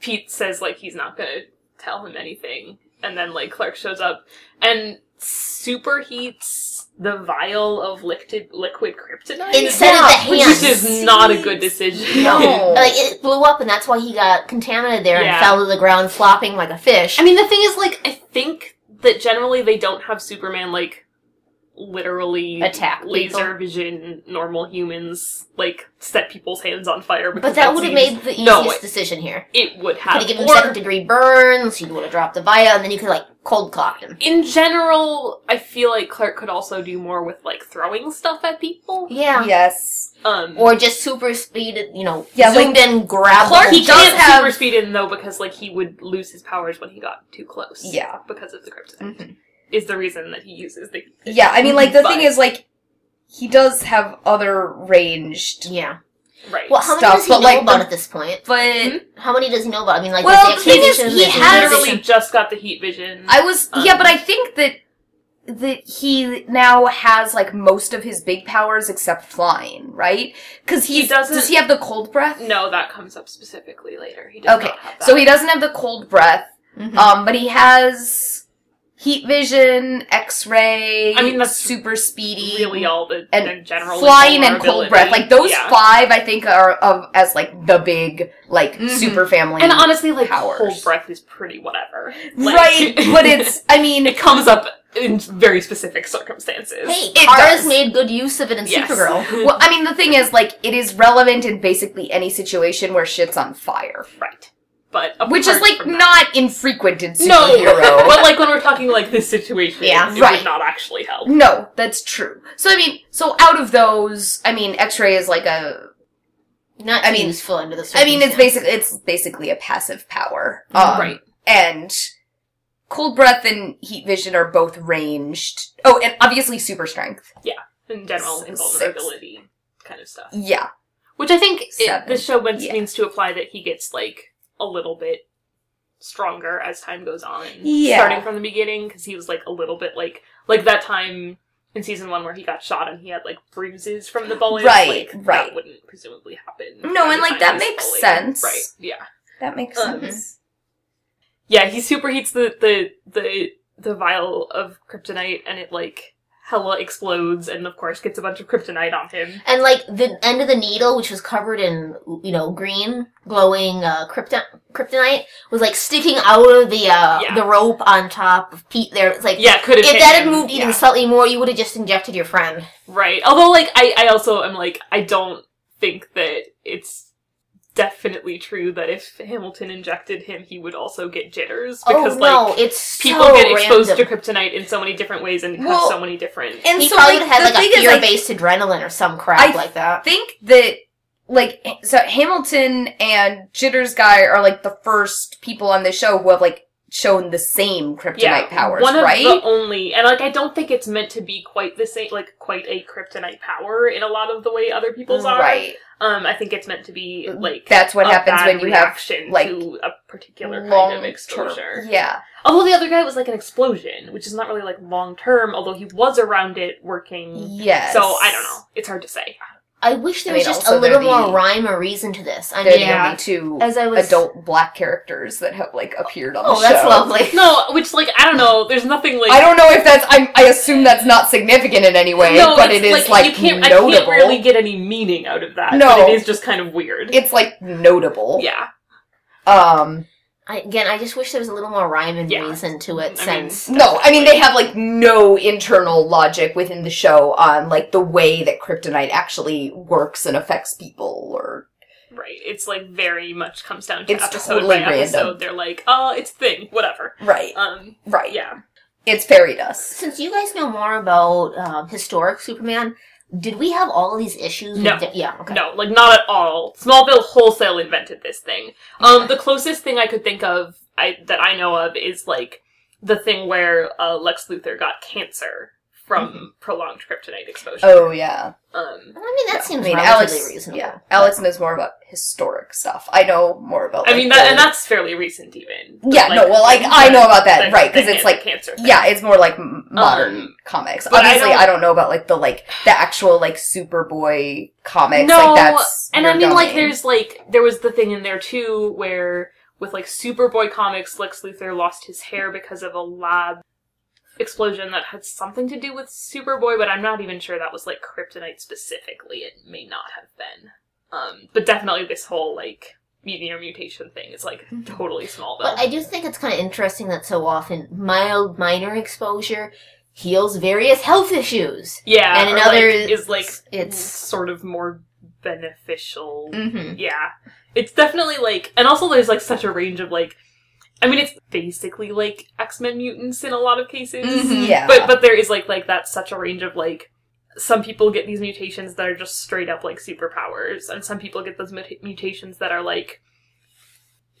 Speaker 2: Pete says like he's not gonna tell him anything, and then like Clark shows up and superheats the vial of liquid liquid kryptonite.
Speaker 4: Instead of
Speaker 3: Yeah,
Speaker 4: the
Speaker 2: which
Speaker 4: hands.
Speaker 2: is not a good decision. (laughs)
Speaker 3: No.
Speaker 4: like it blew up, and that's why he got contaminated there
Speaker 2: Yeah.
Speaker 4: and fell to the ground, flopping like a fish.
Speaker 2: I mean, the thing is, like, I think that generally they don't have Superman like literally
Speaker 4: Attack people.
Speaker 2: laser vision normal humans like set people's hands on fire.
Speaker 4: but
Speaker 2: because
Speaker 4: that would have
Speaker 2: seems-
Speaker 4: made the easiest
Speaker 2: No, it-
Speaker 4: decision here.
Speaker 2: it would have.
Speaker 4: Could have given him
Speaker 2: Or-
Speaker 4: second degree burns. You would have dropped the vial, and then you could like cold cock him.
Speaker 2: in general, I feel like Clark could also do more with like throwing stuff at people.
Speaker 4: Yeah.
Speaker 3: Yes.
Speaker 2: Um,
Speaker 4: Or just super speed, you know,
Speaker 3: Yeah,
Speaker 4: zoomed in, grab.
Speaker 3: Clark-
Speaker 4: the
Speaker 2: he
Speaker 4: whole-
Speaker 3: does
Speaker 2: can't
Speaker 3: have-
Speaker 2: super speed in though because like he would lose his powers when he got too close.
Speaker 3: Yeah.
Speaker 2: because of the kryptonite
Speaker 4: Mm-hmm.
Speaker 2: is the reason that he uses the
Speaker 3: Yeah. I mean, like the thing
Speaker 2: But-
Speaker 3: is, like he does have other ranged,
Speaker 4: Yeah.
Speaker 2: right.
Speaker 4: Well, how many
Speaker 3: Stuff,
Speaker 4: does he
Speaker 3: but,
Speaker 4: know
Speaker 3: like,
Speaker 4: about
Speaker 3: the-
Speaker 4: at this point?
Speaker 3: but
Speaker 4: How many does he know about? I mean, like,
Speaker 3: Well,
Speaker 4: with
Speaker 3: the thing is,
Speaker 4: explanation,
Speaker 3: he
Speaker 4: with the
Speaker 3: has-
Speaker 2: literally just got the heat vision.
Speaker 3: I was
Speaker 2: Um,
Speaker 3: yeah, but I think that that he now has like most of his big powers except flying, right? Because he
Speaker 2: doesn't-
Speaker 3: Does he have the cold breath?
Speaker 2: No, that comes up specifically later. He does
Speaker 3: Okay,
Speaker 2: not have that.
Speaker 3: so he doesn't have the cold breath.
Speaker 4: Mhm.
Speaker 3: Um, but he has heat vision, X ray.
Speaker 2: I mean, that's
Speaker 3: super speedy.
Speaker 2: really all the
Speaker 3: and
Speaker 2: the general
Speaker 3: flying and cold
Speaker 2: vulnerability.
Speaker 3: breath, like those
Speaker 2: Yeah.
Speaker 3: five, I think are of as like the big like
Speaker 2: Mm-hmm.
Speaker 3: super family.
Speaker 2: and honestly, like
Speaker 3: powers.
Speaker 2: cold breath is pretty whatever,
Speaker 3: (laughs)
Speaker 2: Like- (laughs)
Speaker 3: right? but it's I mean
Speaker 2: it comes up in very specific circumstances.
Speaker 4: Hey,
Speaker 3: It
Speaker 4: Kara's
Speaker 3: does.
Speaker 4: made good use of it in
Speaker 2: Yes.
Speaker 4: Supergirl.
Speaker 3: well, I mean, the thing is, like, it is relevant in basically any situation where shit's on fire,
Speaker 2: right? But apart
Speaker 3: which is like
Speaker 2: from that-
Speaker 3: not infrequent in (laughs)
Speaker 2: no,
Speaker 3: superhero.
Speaker 2: but like when we're talking like this situation,
Speaker 4: Yeah,
Speaker 2: it
Speaker 3: right.
Speaker 2: would not actually help.
Speaker 3: no, that's true. So I mean, so out of those, I mean, X-ray is like a.
Speaker 4: Not
Speaker 3: I mean-
Speaker 4: useful under the
Speaker 3: I mean, it's
Speaker 4: circumstances.
Speaker 3: basically it's basically a passive power, um,
Speaker 2: right?
Speaker 3: And cold breath and heat vision are both ranged. Oh, and obviously super strength.
Speaker 2: In general,
Speaker 3: s-
Speaker 2: invulnerability kind of stuff.
Speaker 3: Yeah,
Speaker 2: Which I think it,
Speaker 3: Seven.
Speaker 2: the show means,
Speaker 3: Yeah.
Speaker 2: means to apply that he gets like a little bit stronger as time goes on.
Speaker 3: Yeah.
Speaker 2: Starting from the beginning, because he was like a little bit like like that time in season one where he got shot and he had like bruises from the bullet.
Speaker 3: Right,
Speaker 2: like,
Speaker 3: right.
Speaker 2: That wouldn't presumably happen.
Speaker 3: No,
Speaker 2: by
Speaker 3: and,
Speaker 2: the
Speaker 3: like,
Speaker 2: time
Speaker 3: that
Speaker 2: he's
Speaker 3: makes
Speaker 2: fully-
Speaker 3: sense.
Speaker 2: Right. Yeah.
Speaker 3: that makes
Speaker 2: Um,
Speaker 3: sense.
Speaker 2: Yeah, he superheats the the the the vial of kryptonite and it like hella explodes and of course gets a bunch of kryptonite on him.
Speaker 4: And like the end of the needle, which was covered in you know green glowing uh, krypton- kryptonite, was like sticking out of the uh,
Speaker 2: Yeah.
Speaker 4: the rope on top of Pete. There, it's like
Speaker 2: Yeah, could have
Speaker 4: if that had moved
Speaker 2: moved
Speaker 4: even slightly more, you would have just injected your friend.
Speaker 2: Right. Although, like, I, I also am like, I don't think that it's definitely true that if Hamilton injected him, he would also get jitters because,
Speaker 4: oh no,
Speaker 2: like,
Speaker 4: it's
Speaker 2: people
Speaker 4: so
Speaker 2: get exposed
Speaker 4: random.
Speaker 2: to kryptonite in so many different ways and
Speaker 3: Well,
Speaker 2: have so many different.
Speaker 3: And
Speaker 4: He
Speaker 3: so
Speaker 4: probably
Speaker 3: like,
Speaker 4: would have had
Speaker 3: the
Speaker 4: like a
Speaker 3: thing is, like,
Speaker 4: fear-based adrenaline or some crap
Speaker 3: I
Speaker 4: like that.
Speaker 3: think that like so Hamilton and Jitters guy are like the first people on the show who have like shown the same kryptonite
Speaker 2: yeah,
Speaker 3: powers,
Speaker 2: one of
Speaker 3: right?
Speaker 2: the only, and like I don't think it's meant to be quite the same, like quite a kryptonite power in a lot of the way other people's are.
Speaker 3: Mm, right.
Speaker 2: Um, I think it's meant to be like
Speaker 3: That's what
Speaker 2: a
Speaker 3: happens
Speaker 2: bad
Speaker 3: when you have
Speaker 2: reaction
Speaker 3: like,
Speaker 2: to a particular
Speaker 3: long
Speaker 2: kind of exposure.
Speaker 3: term. Yeah.
Speaker 2: Although the other guy was like an explosion, which is not really like long term, although he was around it working.
Speaker 3: Yes.
Speaker 2: So I don't know. It's hard to say.
Speaker 4: I wish there
Speaker 3: I
Speaker 4: was
Speaker 3: mean,
Speaker 4: just
Speaker 3: also
Speaker 4: a little
Speaker 3: they're the-
Speaker 4: more rhyme or reason to this. I
Speaker 3: They're
Speaker 4: mean,
Speaker 2: Yeah.
Speaker 3: the only two
Speaker 4: as I was
Speaker 3: adult black characters that have like appeared on the
Speaker 4: Oh,
Speaker 3: show.
Speaker 4: that's (laughs) lovely.
Speaker 2: No, which like I don't know. There's nothing like
Speaker 3: I don't know if that's. I, I assume that's not significant in any way,
Speaker 2: No,
Speaker 3: but
Speaker 2: it's
Speaker 3: it is like,
Speaker 2: like you can't.
Speaker 3: notable.
Speaker 2: I can't really get any meaning out of that.
Speaker 3: No.
Speaker 2: but it is just kind of weird.
Speaker 3: It's like notable.
Speaker 2: yeah,
Speaker 3: Um.
Speaker 4: I, again, I just wish there was a little more rhyme and
Speaker 2: Yeah.
Speaker 4: reason to
Speaker 2: I
Speaker 4: it. Since
Speaker 3: No, I mean they have like no internal logic within the show on like the way that kryptonite actually works and affects people or
Speaker 2: right. It's like very much comes down to
Speaker 3: It's
Speaker 2: episode
Speaker 3: totally
Speaker 2: by episode.
Speaker 3: random.
Speaker 2: They're like, oh, it's thing, whatever.
Speaker 3: right,
Speaker 2: Um,
Speaker 3: right.
Speaker 2: yeah.
Speaker 3: It's fairy dust.
Speaker 4: since you guys know more about um, historic Superman, did we have all these issues?
Speaker 2: No.
Speaker 4: With di- yeah. Okay.
Speaker 2: No, like not at all. Smallville wholesale invented this thing. Um, the closest thing I could think of I, that I know of is like the thing where uh, Lex Luthor got cancer from prolonged kryptonite exposure.
Speaker 3: Mm-hmm. Oh yeah.
Speaker 2: Um,
Speaker 4: Well, I mean, that seems
Speaker 3: I mean,
Speaker 4: relatively
Speaker 3: Alex.
Speaker 4: reasonable.
Speaker 3: Yeah, Alex knows more about historic stuff. I know more about.
Speaker 2: I
Speaker 3: like,
Speaker 2: mean, that,
Speaker 3: the-
Speaker 2: and that's fairly recent, even. But,
Speaker 3: Yeah, no, well, like, I know about that,
Speaker 2: the-
Speaker 3: right, 'cause
Speaker 2: the
Speaker 3: it's,
Speaker 2: can-
Speaker 3: like,
Speaker 2: cancer. thing.
Speaker 3: Yeah, it's more like m- modern
Speaker 2: Um,
Speaker 3: comics.
Speaker 2: but I
Speaker 3: Obviously, I
Speaker 2: don't-
Speaker 3: don't, know about like the like the actual like Superboy comics.
Speaker 2: No,
Speaker 3: like, that's
Speaker 2: and
Speaker 3: your
Speaker 2: I mean, like,
Speaker 3: domain.
Speaker 2: there's like there was the thing in there too where with like Superboy comics, Lex Luthor lost his hair because of a lab explosion that had something to do with Superboy, but I'm not even sure that was like kryptonite specifically. It may not have been, um, but definitely this whole like meteor mutation thing is
Speaker 4: (laughs)
Speaker 2: like totally small.
Speaker 4: But I do think it's kind of interesting that so often mild minor exposure heals various health issues.
Speaker 2: yeah,
Speaker 4: and
Speaker 2: or,
Speaker 4: another
Speaker 2: like, is like it's
Speaker 4: it's
Speaker 2: sort of more beneficial
Speaker 3: Mm-hmm.
Speaker 4: hmm
Speaker 2: Yeah. It's definitely like and also there's like such a range of like I mean it's basically like X-Men mutants in a lot of cases.
Speaker 4: Mhm.
Speaker 3: yeah,
Speaker 2: But but there is like like that's such a range of like some people get these mutations that are just straight up like superpowers and some people get those mut- mutations that are like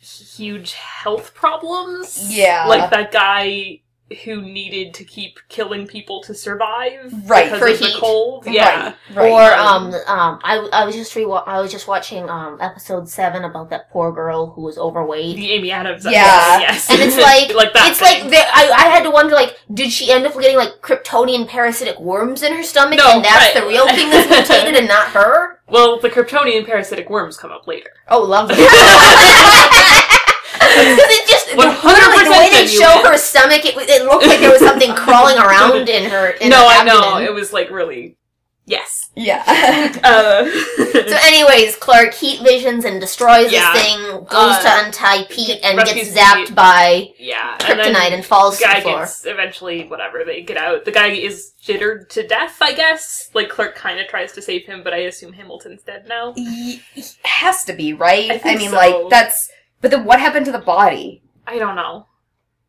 Speaker 2: huge health problems.
Speaker 3: Yeah.
Speaker 2: Like that guy who needed to keep killing people to survive
Speaker 3: Right,
Speaker 2: because
Speaker 4: for
Speaker 2: of the
Speaker 4: heat.
Speaker 2: cold. Yeah.
Speaker 3: right, right.
Speaker 4: Or um um I I was just re I was just watching um episode seven about that poor girl who was overweight.
Speaker 2: The Amy Adams.
Speaker 3: Yeah.
Speaker 2: episode, yes.
Speaker 4: And
Speaker 2: (laughs)
Speaker 4: it's like,
Speaker 2: that.
Speaker 4: it's
Speaker 2: thing.
Speaker 4: like the, I, I had to wonder like did she end up getting like Kryptonian parasitic worms in her stomach
Speaker 2: No,
Speaker 4: and that's
Speaker 2: right.
Speaker 4: the real
Speaker 2: (laughs)
Speaker 4: thing that's mutated and not her?
Speaker 2: Well, the Kryptonian parasitic worms come up later.
Speaker 4: Oh,
Speaker 2: (laughs)
Speaker 4: lovely. Because it just the-
Speaker 2: 100%
Speaker 4: literally the way they
Speaker 2: genuine.
Speaker 4: show her stomach, it, was- it looked like there was something
Speaker 2: (laughs)
Speaker 4: crawling around in her. In
Speaker 2: no,
Speaker 4: her
Speaker 2: I know
Speaker 4: abdomen.
Speaker 2: it was like really, yes.
Speaker 3: yeah, (laughs)
Speaker 4: (laughs)
Speaker 2: Uh,
Speaker 4: So, anyways, Clark heat visions and destroys
Speaker 2: Yeah.
Speaker 4: this thing, goes
Speaker 2: Uh,
Speaker 4: to untie Pete, and
Speaker 2: rescues
Speaker 4: gets zapped
Speaker 2: Pete.
Speaker 4: by
Speaker 2: yeah, and then
Speaker 4: kryptonite and, falls to
Speaker 2: guy
Speaker 4: the floor.
Speaker 2: gets eventually whatever they get out. The guy is jittered to death, I guess. Like Clark kind of tries to save him, but I assume Hamilton's dead now.
Speaker 3: Y- y- has to be right.
Speaker 2: I
Speaker 3: I,
Speaker 2: think
Speaker 3: mean,
Speaker 2: so.
Speaker 3: like that's. But then what happened to the body?
Speaker 2: I don't know.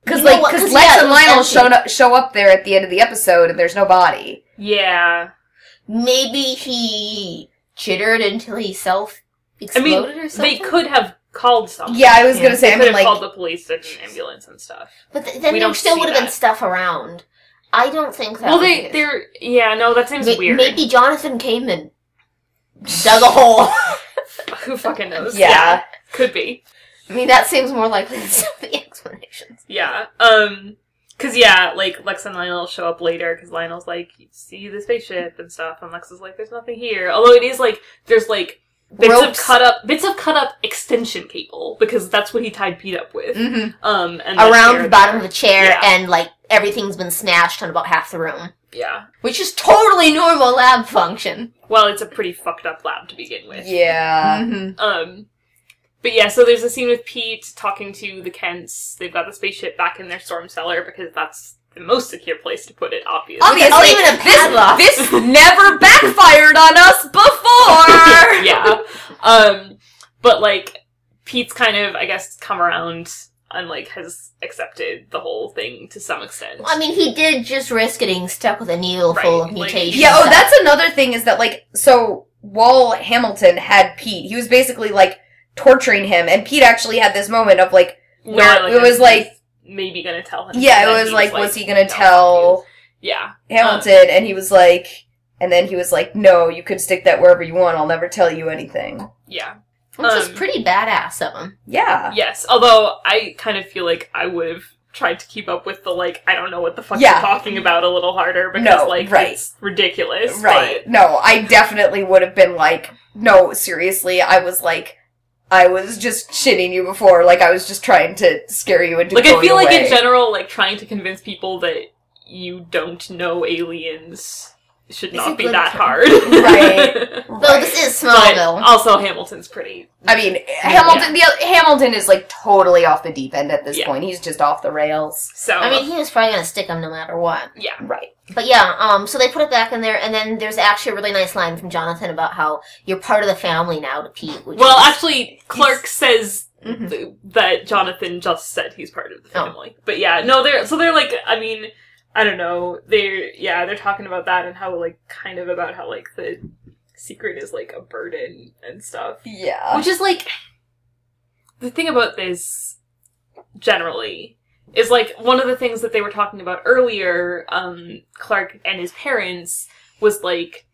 Speaker 3: Because
Speaker 4: You know
Speaker 3: like,
Speaker 4: what,
Speaker 3: because
Speaker 4: 'cause,
Speaker 3: Lex
Speaker 4: yeah,
Speaker 3: and
Speaker 4: it was
Speaker 3: Lionel
Speaker 4: empty.
Speaker 3: show up, show up there at the end of the episode, and there's no body.
Speaker 2: Yeah,
Speaker 4: Maybe he chittered until he self
Speaker 2: I mean,
Speaker 4: exploded or something.
Speaker 2: they could have called someone.
Speaker 3: Yeah, I was
Speaker 4: Yeah.
Speaker 3: gonna say.
Speaker 2: they
Speaker 3: I
Speaker 2: could
Speaker 3: mean,
Speaker 2: have
Speaker 3: like,
Speaker 2: called the police and an ambulance and stuff.
Speaker 4: but th- then
Speaker 2: we
Speaker 4: there
Speaker 2: don't
Speaker 4: still
Speaker 2: see
Speaker 4: would have been
Speaker 2: that.
Speaker 4: stuff around. I don't think that.
Speaker 2: Well,
Speaker 4: was
Speaker 2: they
Speaker 4: it.
Speaker 2: they're yeah. No, that seems
Speaker 4: May-
Speaker 2: weird.
Speaker 4: Maybe Jonathan came and dug a hole. (laughs)
Speaker 2: Who fucking knows?
Speaker 3: Yeah.
Speaker 2: could be.
Speaker 4: I mean, that seems more likely than some of the explanations.
Speaker 2: Yeah. Um. Cause yeah, like Lex and Lionel show up later because Lionel's like, "See the spaceship and stuff," and Lex is like, "There's nothing here." Although it is like, there's like bits
Speaker 4: Ropes.
Speaker 2: of cut up, bits of cut up extension cable because that's what he tied Pete up with.
Speaker 3: mhm.
Speaker 2: Um, and the
Speaker 4: Mm-hmm. Around
Speaker 2: chair
Speaker 4: the bottom of
Speaker 2: there.
Speaker 4: a chair,
Speaker 2: Yeah.
Speaker 4: and like everything's been smashed on about half the room,
Speaker 2: Yeah.
Speaker 4: which is totally normal lab function. Mm-hmm.
Speaker 2: Well, it's a pretty fucked up lab to begin with.
Speaker 3: yeah,
Speaker 2: Um, but yeah, so there's a scene with Pete talking to the Kents. They've got the spaceship back in their storm cellar because that's the most secure place to put it, obviously.
Speaker 4: Obvi-
Speaker 3: obviously,
Speaker 4: Oh, even a padlock.
Speaker 3: this
Speaker 4: (laughs)
Speaker 3: this never backfired on us
Speaker 4: (laughs)
Speaker 3: before.
Speaker 2: (laughs) yeah. Um, but like Pete's kind of, I guess, come around and like has accepted the whole thing to some extent.
Speaker 4: I mean, he did just risk getting stuck with a needle full
Speaker 2: Right,
Speaker 4: of
Speaker 2: like-
Speaker 4: mutations.
Speaker 3: Yeah, oh, that's another thing is that, like, so while Hamilton had Pete, he was basically, like, torturing him, and Pete actually had this moment of, like,
Speaker 2: No,
Speaker 3: where it was
Speaker 2: he's
Speaker 3: like,
Speaker 2: maybe gonna tell him.
Speaker 3: yeah,
Speaker 2: And then
Speaker 3: it was
Speaker 2: he's
Speaker 3: like, was he gonna
Speaker 2: "No, fuck
Speaker 3: tell
Speaker 2: you." Yeah,
Speaker 3: Hamilton? And he was like, and then he was like, no, you can stick that wherever you want, I'll never tell you anything.
Speaker 2: yeah,
Speaker 4: which was
Speaker 2: um,
Speaker 4: pretty badass of him.
Speaker 3: Yeah.
Speaker 2: yes. Although I kind of feel like I would have tried to keep up with the like I don't know what the fuck
Speaker 3: Yeah.
Speaker 2: you're talking about a little harder because
Speaker 3: No,
Speaker 2: like
Speaker 3: right.
Speaker 2: it's ridiculous.
Speaker 3: Right. No, I definitely would have been like, no, seriously, I was like, I was just shitting you before, like I was just trying to scare you into
Speaker 2: But, like I
Speaker 3: going
Speaker 2: feel like in
Speaker 3: away.
Speaker 2: general, like trying to convince people that you don't know aliens should
Speaker 4: Is
Speaker 2: not
Speaker 4: it
Speaker 2: be
Speaker 4: good
Speaker 2: that
Speaker 4: for- (laughs)
Speaker 2: hard. (laughs)
Speaker 3: Right.
Speaker 4: Though
Speaker 3: Right.
Speaker 4: this is
Speaker 2: but uh,
Speaker 4: Smallville.
Speaker 2: also Hamilton's pretty
Speaker 3: I mean, Hamilton. The Hamilton is like totally off the deep end at this
Speaker 2: Yeah.
Speaker 3: point. He's just off the rails.
Speaker 2: so
Speaker 4: I mean, he was probably gonna stick him no matter what.
Speaker 2: yeah.
Speaker 3: Right.
Speaker 4: But yeah, um, so they put it back in there, and then there's actually a really nice line from Jonathan about how you're part of the family now to Pete. Which
Speaker 2: Well,
Speaker 4: is-
Speaker 2: actually, Clark says
Speaker 4: Mm-hmm.
Speaker 3: Mhm.
Speaker 2: th- that Jonathan just said he's part of the
Speaker 4: Oh.
Speaker 2: family. But yeah, no, they're so they're like, I mean, I don't know, they're yeah, they're talking about that and how like kind of about how like the secret is like a burden and stuff,
Speaker 3: Yeah.
Speaker 2: which is like the thing about this generally is like one of the things that they were talking about earlier. Um, Clark and his parents was like,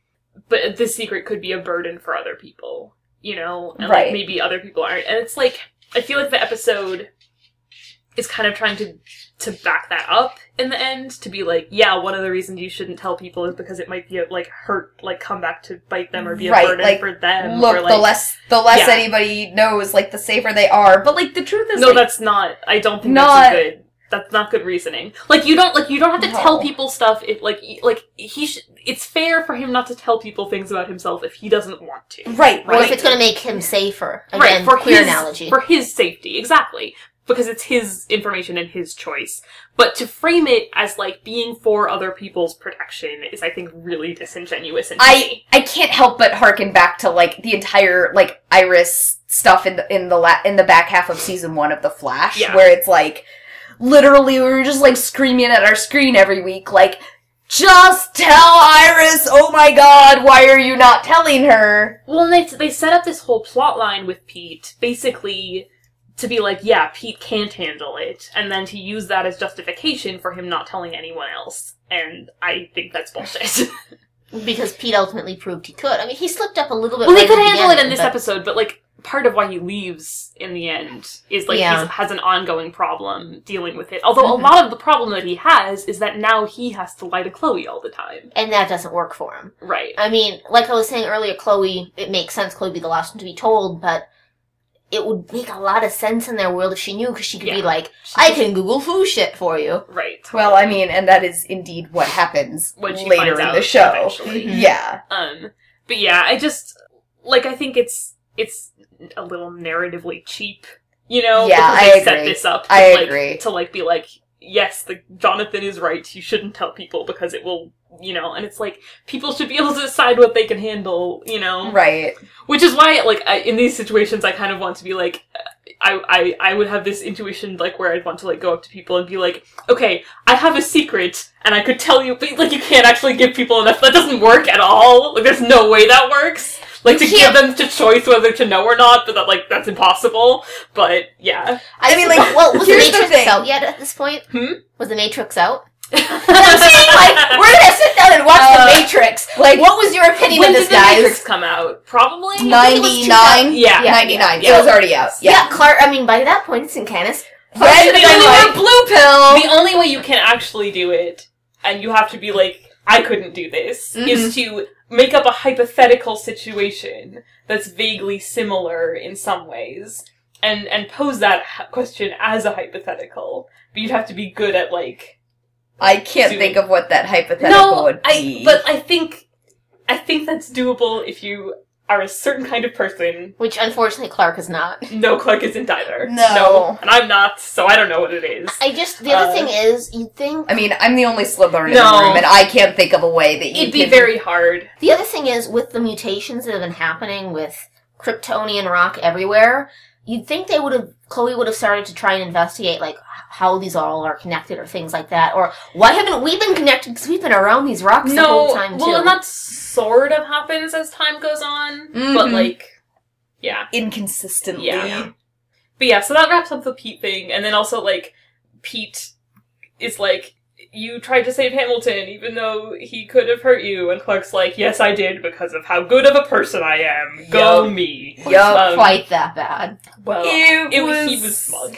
Speaker 2: but this secret could be a burden for other people, you know, and
Speaker 3: Right.
Speaker 2: like maybe other people aren't. And it's like I feel like the episode is kind of trying to to back that up in the end to be like, yeah, one of the reasons you shouldn't tell people is because it might be like hurt, like come back to bite them or be a
Speaker 3: Right,
Speaker 2: burden
Speaker 3: like,
Speaker 2: for them.
Speaker 3: Look,
Speaker 2: or,
Speaker 3: the
Speaker 2: like,
Speaker 3: less the less
Speaker 2: Yeah.
Speaker 3: anybody knows, like the safer they are. But like the truth is,
Speaker 2: no,
Speaker 3: like,
Speaker 2: that's not. I don't think
Speaker 3: Not-
Speaker 2: that's a good. That's not good reasoning. Like you don't like you don't have to
Speaker 3: No.
Speaker 2: tell people stuff. It like y- like he sh- it's fair for him not to tell people things about himself if he doesn't want to.
Speaker 3: right,
Speaker 4: or
Speaker 3: right.
Speaker 4: if it's gonna make him safer.
Speaker 2: right
Speaker 4: Again,
Speaker 2: for
Speaker 4: queer
Speaker 2: his,
Speaker 4: analogy.
Speaker 2: for his safety exactly because it's his information and his choice. But to frame it as like being for other people's protection is, I think, really disingenuous. And
Speaker 3: I
Speaker 2: petty.
Speaker 3: I can't help but harken back to like the entire like Iris stuff in the in the la- in the back half of season one of The Flash,
Speaker 2: Yeah.
Speaker 3: where it's like literally we were just like screaming at our screen every week, like just tell Iris, oh my god, why are you not telling her?
Speaker 2: Well, and they they set up this whole plot line with Pete, basically to be like, yeah, Pete can't handle it, and then to use that as justification for him not telling anyone else. And I think that's bullshit.
Speaker 4: (laughs)
Speaker 2: (laughs)
Speaker 4: because Pete ultimately proved he could. I mean, he slipped up a little bit.
Speaker 2: well, he
Speaker 4: right
Speaker 2: could
Speaker 4: at the
Speaker 2: handle it
Speaker 4: end,
Speaker 2: in this
Speaker 4: but-
Speaker 2: episode, but like part of why he leaves in the end is like
Speaker 4: Yeah. Mm-hmm.
Speaker 2: he has an ongoing problem dealing with it. Although
Speaker 3: Mhm.
Speaker 2: a lot of the problem that he has is that now he has to lie to Chloe all the time.
Speaker 4: And that doesn't work for him.
Speaker 2: Right.
Speaker 4: I mean, like I was saying earlier, Chloe, it makes sense Chloe be the last one to be told, but it would make a lot of sense in their world if she knew, because she could be
Speaker 2: Yeah.
Speaker 4: like, I can Google foo shit for you.
Speaker 2: Right.
Speaker 3: Well, I mean, and that is indeed what happens
Speaker 2: When she
Speaker 3: later
Speaker 2: finds
Speaker 3: in
Speaker 2: out
Speaker 3: the show.
Speaker 2: (laughs) eventually.
Speaker 4: Mhm.
Speaker 3: Yeah,
Speaker 2: Um, but yeah, I just like I think it's it's a little narratively cheap, you know?
Speaker 3: Yeah,
Speaker 2: because
Speaker 3: I
Speaker 2: they set
Speaker 3: agree.
Speaker 2: this up. To,
Speaker 3: I
Speaker 2: like,
Speaker 3: agree.
Speaker 2: to like be like, yes, the Jonathan is right. You shouldn't tell people because it will, you know. And it's like people should be able to decide what they can handle, you know.
Speaker 3: right.
Speaker 2: Which is why, like, I, in these situations, I kind of want to be like, I, I, I would have this intuition, like, where I'd want to, like, go up to people and be like, okay, I have a secret, and I could tell you, but, like, you can't actually give people enough. That doesn't work at all. Like, there's no way that works. Like,
Speaker 3: You
Speaker 2: to give them to choice whether to know or not, but that, like, that's impossible. But, yeah.
Speaker 3: I mean, like,
Speaker 4: well, (laughs) was
Speaker 3: here's
Speaker 4: the
Speaker 3: the
Speaker 4: Matrix
Speaker 3: thing. (laughs)
Speaker 4: out yet at this point?
Speaker 2: Hmm?
Speaker 4: Was the Matrix out?
Speaker 3: I'm saying, like,
Speaker 2: (laughs)
Speaker 3: we're gonna sit down and watch
Speaker 4: Uh,
Speaker 3: The Matrix. Like, what was your opinion
Speaker 2: when
Speaker 3: of
Speaker 2: did
Speaker 3: this,
Speaker 2: the
Speaker 3: guys?
Speaker 2: Matrix come out? Probably?
Speaker 4: think it was
Speaker 3: 99?
Speaker 2: Yeah.
Speaker 4: Yeah.
Speaker 3: 99.
Speaker 2: yeah.
Speaker 3: It was already out.
Speaker 4: Yeah.
Speaker 3: Yeah.
Speaker 4: Clark, I mean, by that point, it's in Canis.
Speaker 3: Red
Speaker 2: Should have
Speaker 3: pill
Speaker 2: been
Speaker 3: or
Speaker 2: like-
Speaker 3: blue pill.
Speaker 2: the only way you can actually do it, and you have to be like, I couldn't do this, is to make up a hypothetical situation that's vaguely similar in some ways, and and pose that h- question as a hypothetical. But you'd have to be good at like
Speaker 3: I can't
Speaker 2: Do
Speaker 3: think
Speaker 2: it.
Speaker 3: of what that hypothetical
Speaker 2: no,
Speaker 3: would
Speaker 2: I.
Speaker 3: be.
Speaker 2: But I think I think that's doable if you are a certain kind of person.
Speaker 4: Which, unfortunately, Clark is (laughs) not.
Speaker 2: No, Clark isn't either.
Speaker 3: No.
Speaker 2: and I'm not, so I don't know what it is.
Speaker 4: I just, the other
Speaker 2: Uh,
Speaker 4: thing is, you'd think
Speaker 3: I mean, I'm the only Slytherin in
Speaker 2: No.
Speaker 3: the room, and I can't think of a way that you
Speaker 2: It'd be
Speaker 3: can-
Speaker 2: very hard.
Speaker 4: The other thing is with the mutations that have been happening with Kryptonian rock everywhere, you'd think they would have Chloe would have started to try and investigate like h- how these all are connected or things like that, or why haven't we been connected? Because we've been around these rocks the whole time
Speaker 2: well,
Speaker 4: too.
Speaker 2: and that sort of happens as time goes on, but
Speaker 3: Mhm.
Speaker 2: like, yeah,
Speaker 3: inconsistently.
Speaker 2: Yeah. but yeah. So that wraps up the Pete thing, and then also like, Pete is like, you tried to save Hamilton, even though he could have hurt you, and Clark's like, yes, I did because of how good of a person I am. Go
Speaker 3: Yup.
Speaker 2: me.
Speaker 4: It's
Speaker 3: Yup.
Speaker 4: not quite that bad.
Speaker 2: Well,
Speaker 3: It
Speaker 2: it was, he
Speaker 3: was-
Speaker 2: was smug.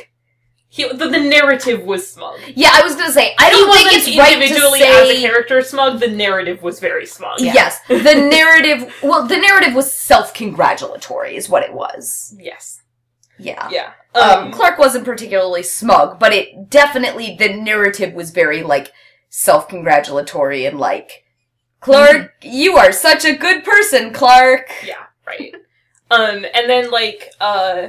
Speaker 2: He, the, the narrative was smug.
Speaker 3: Yeah, I was gonna say I
Speaker 2: he
Speaker 3: don't
Speaker 2: wasn't
Speaker 3: think it's right to
Speaker 2: individually as a
Speaker 3: say.
Speaker 2: character smug. The narrative was very smug.
Speaker 3: Yes,
Speaker 2: (laughs)
Speaker 3: the narrative. Well, the narrative was self-congratulatory, is what it was.
Speaker 2: Yes.
Speaker 3: Yeah.
Speaker 2: Yeah.
Speaker 3: Um, Clark wasn't particularly smug, but it definitely the narrative was very like self-congratulatory and like Clark,
Speaker 2: Mm-hmm.
Speaker 3: you are such a good person, Clark.
Speaker 2: Yeah, right. um, and then like uh,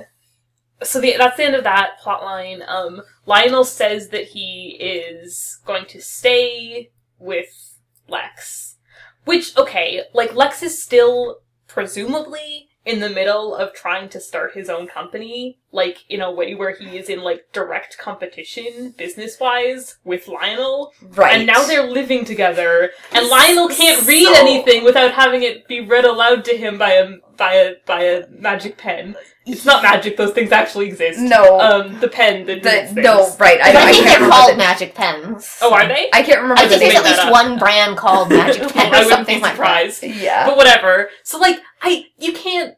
Speaker 2: so the, that's the end of that plot line. Um, Lionel says that he is going to stay with Lex, which okay, like Lex is still presumably in the middle of trying to start his own company, like in a way where he is in like direct competition business wise with Lionel.
Speaker 3: Right.
Speaker 2: And now they're living together, and
Speaker 3: S-
Speaker 2: Lionel can't read
Speaker 3: so-
Speaker 2: anything without having it be read aloud to him by a by a by a magic pen. It's not magic; those things actually exist.
Speaker 3: No.
Speaker 2: um, the pen that
Speaker 3: the,
Speaker 2: reads things.
Speaker 3: no right. I,
Speaker 4: I,
Speaker 3: I,
Speaker 4: think
Speaker 3: can't
Speaker 4: they're
Speaker 3: remember
Speaker 4: called
Speaker 3: the-
Speaker 4: magic pens.
Speaker 2: Oh, are they?
Speaker 3: I can't remember.
Speaker 4: I
Speaker 3: the
Speaker 4: think there's
Speaker 3: name.
Speaker 4: at
Speaker 2: make that
Speaker 4: least
Speaker 2: up.
Speaker 4: one
Speaker 2: (laughs)
Speaker 4: brand
Speaker 3: (laughs)
Speaker 4: called magic pen
Speaker 2: I
Speaker 4: or
Speaker 2: wouldn't be
Speaker 4: something like that.
Speaker 2: surprised.
Speaker 3: Yeah.
Speaker 2: But whatever. So, like, I you can't.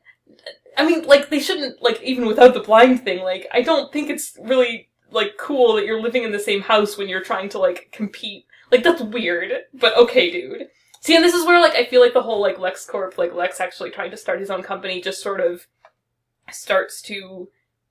Speaker 2: I mean, like, they shouldn't like even without the blind thing. Like, I don't think it's really like cool that you're living in the same house when you're trying to like compete. Like, that's weird. But okay, dude. See, and this is where like I feel like the whole like LexCorp, like Lex actually trying to start his own company, just sort of starts to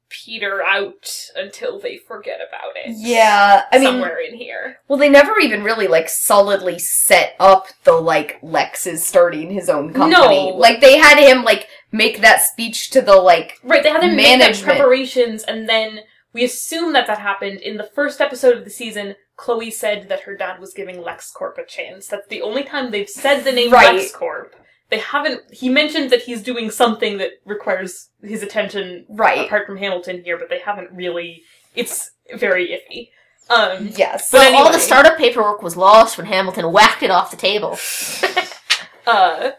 Speaker 2: peter out until they forget about it.
Speaker 3: Yeah, I mean,
Speaker 2: somewhere in here.
Speaker 3: well, they never even really like solidly set up the like Lex is starting his own company.
Speaker 2: No.
Speaker 3: Like they had him like make that speech to the like
Speaker 2: Right, they had them make
Speaker 3: Management.
Speaker 2: their preparations, and then we assume that that happened in the first episode of the season. Chloe said that her dad was giving LexCorp a chance. That's the only time they've said the name
Speaker 3: Right.
Speaker 2: LexCorp. They haven't. He mentioned that he's doing something that requires his attention
Speaker 3: right.
Speaker 2: apart from Hamilton here, but they haven't really. It's very iffy. Um,
Speaker 3: Yes.
Speaker 2: But
Speaker 4: So all
Speaker 2: anyway.
Speaker 4: the startup paperwork was lost when Hamilton whacked it off the table.
Speaker 2: uh,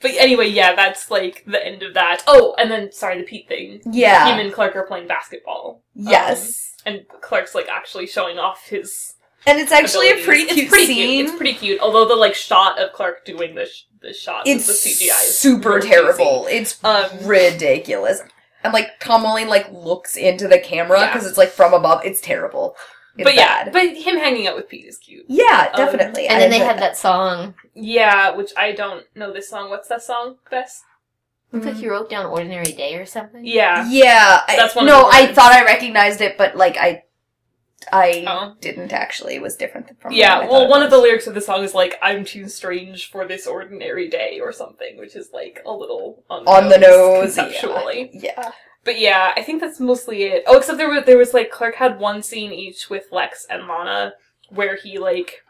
Speaker 2: but anyway, yeah, that's like the end of that. Oh, and then sorry, the Pete thing.
Speaker 3: yeah.
Speaker 2: Him and Clark are playing basketball.
Speaker 3: yes.
Speaker 2: and Clark's like actually showing off his.
Speaker 3: and it's actually a
Speaker 2: abilities.
Speaker 3: pretty
Speaker 2: It's
Speaker 3: cute scene.
Speaker 2: It's pretty cute. Although the like shot of Clark doing the sh- the shot
Speaker 3: It's
Speaker 2: with the CGI is
Speaker 3: super
Speaker 2: really cheesy.
Speaker 3: terrible. It's
Speaker 2: Um,
Speaker 3: ridiculous. And like Tom Welling like looks into the camera
Speaker 2: Yeah.
Speaker 3: because it's like from above. It's terrible. It's
Speaker 2: but yeah,
Speaker 3: bad.
Speaker 2: but him hanging out with Pete is cute.
Speaker 3: yeah,
Speaker 2: Um,
Speaker 3: definitely.
Speaker 4: And then they
Speaker 3: had
Speaker 4: had that song.
Speaker 2: Yeah, which I don't know this song. What's that song, Bess?
Speaker 4: It's like you wrote down Ordinary Day or something.
Speaker 2: Yeah,
Speaker 3: Yeah, I,
Speaker 2: That's one of
Speaker 3: no,
Speaker 2: the
Speaker 3: I
Speaker 2: words.
Speaker 3: thought I recognized it, but like I, I
Speaker 2: Oh.
Speaker 3: didn't actually. It was different from.
Speaker 2: yeah. Well, one of the lyrics of the song is like, "I'm too strange for this ordinary day" or something, which is like a little on the
Speaker 3: On the nose, yeah.
Speaker 2: conceptually.
Speaker 3: Yeah.
Speaker 2: But yeah, I think that's mostly it. Oh, except there was there was like Clark had one scene each with Lex and Lana where he like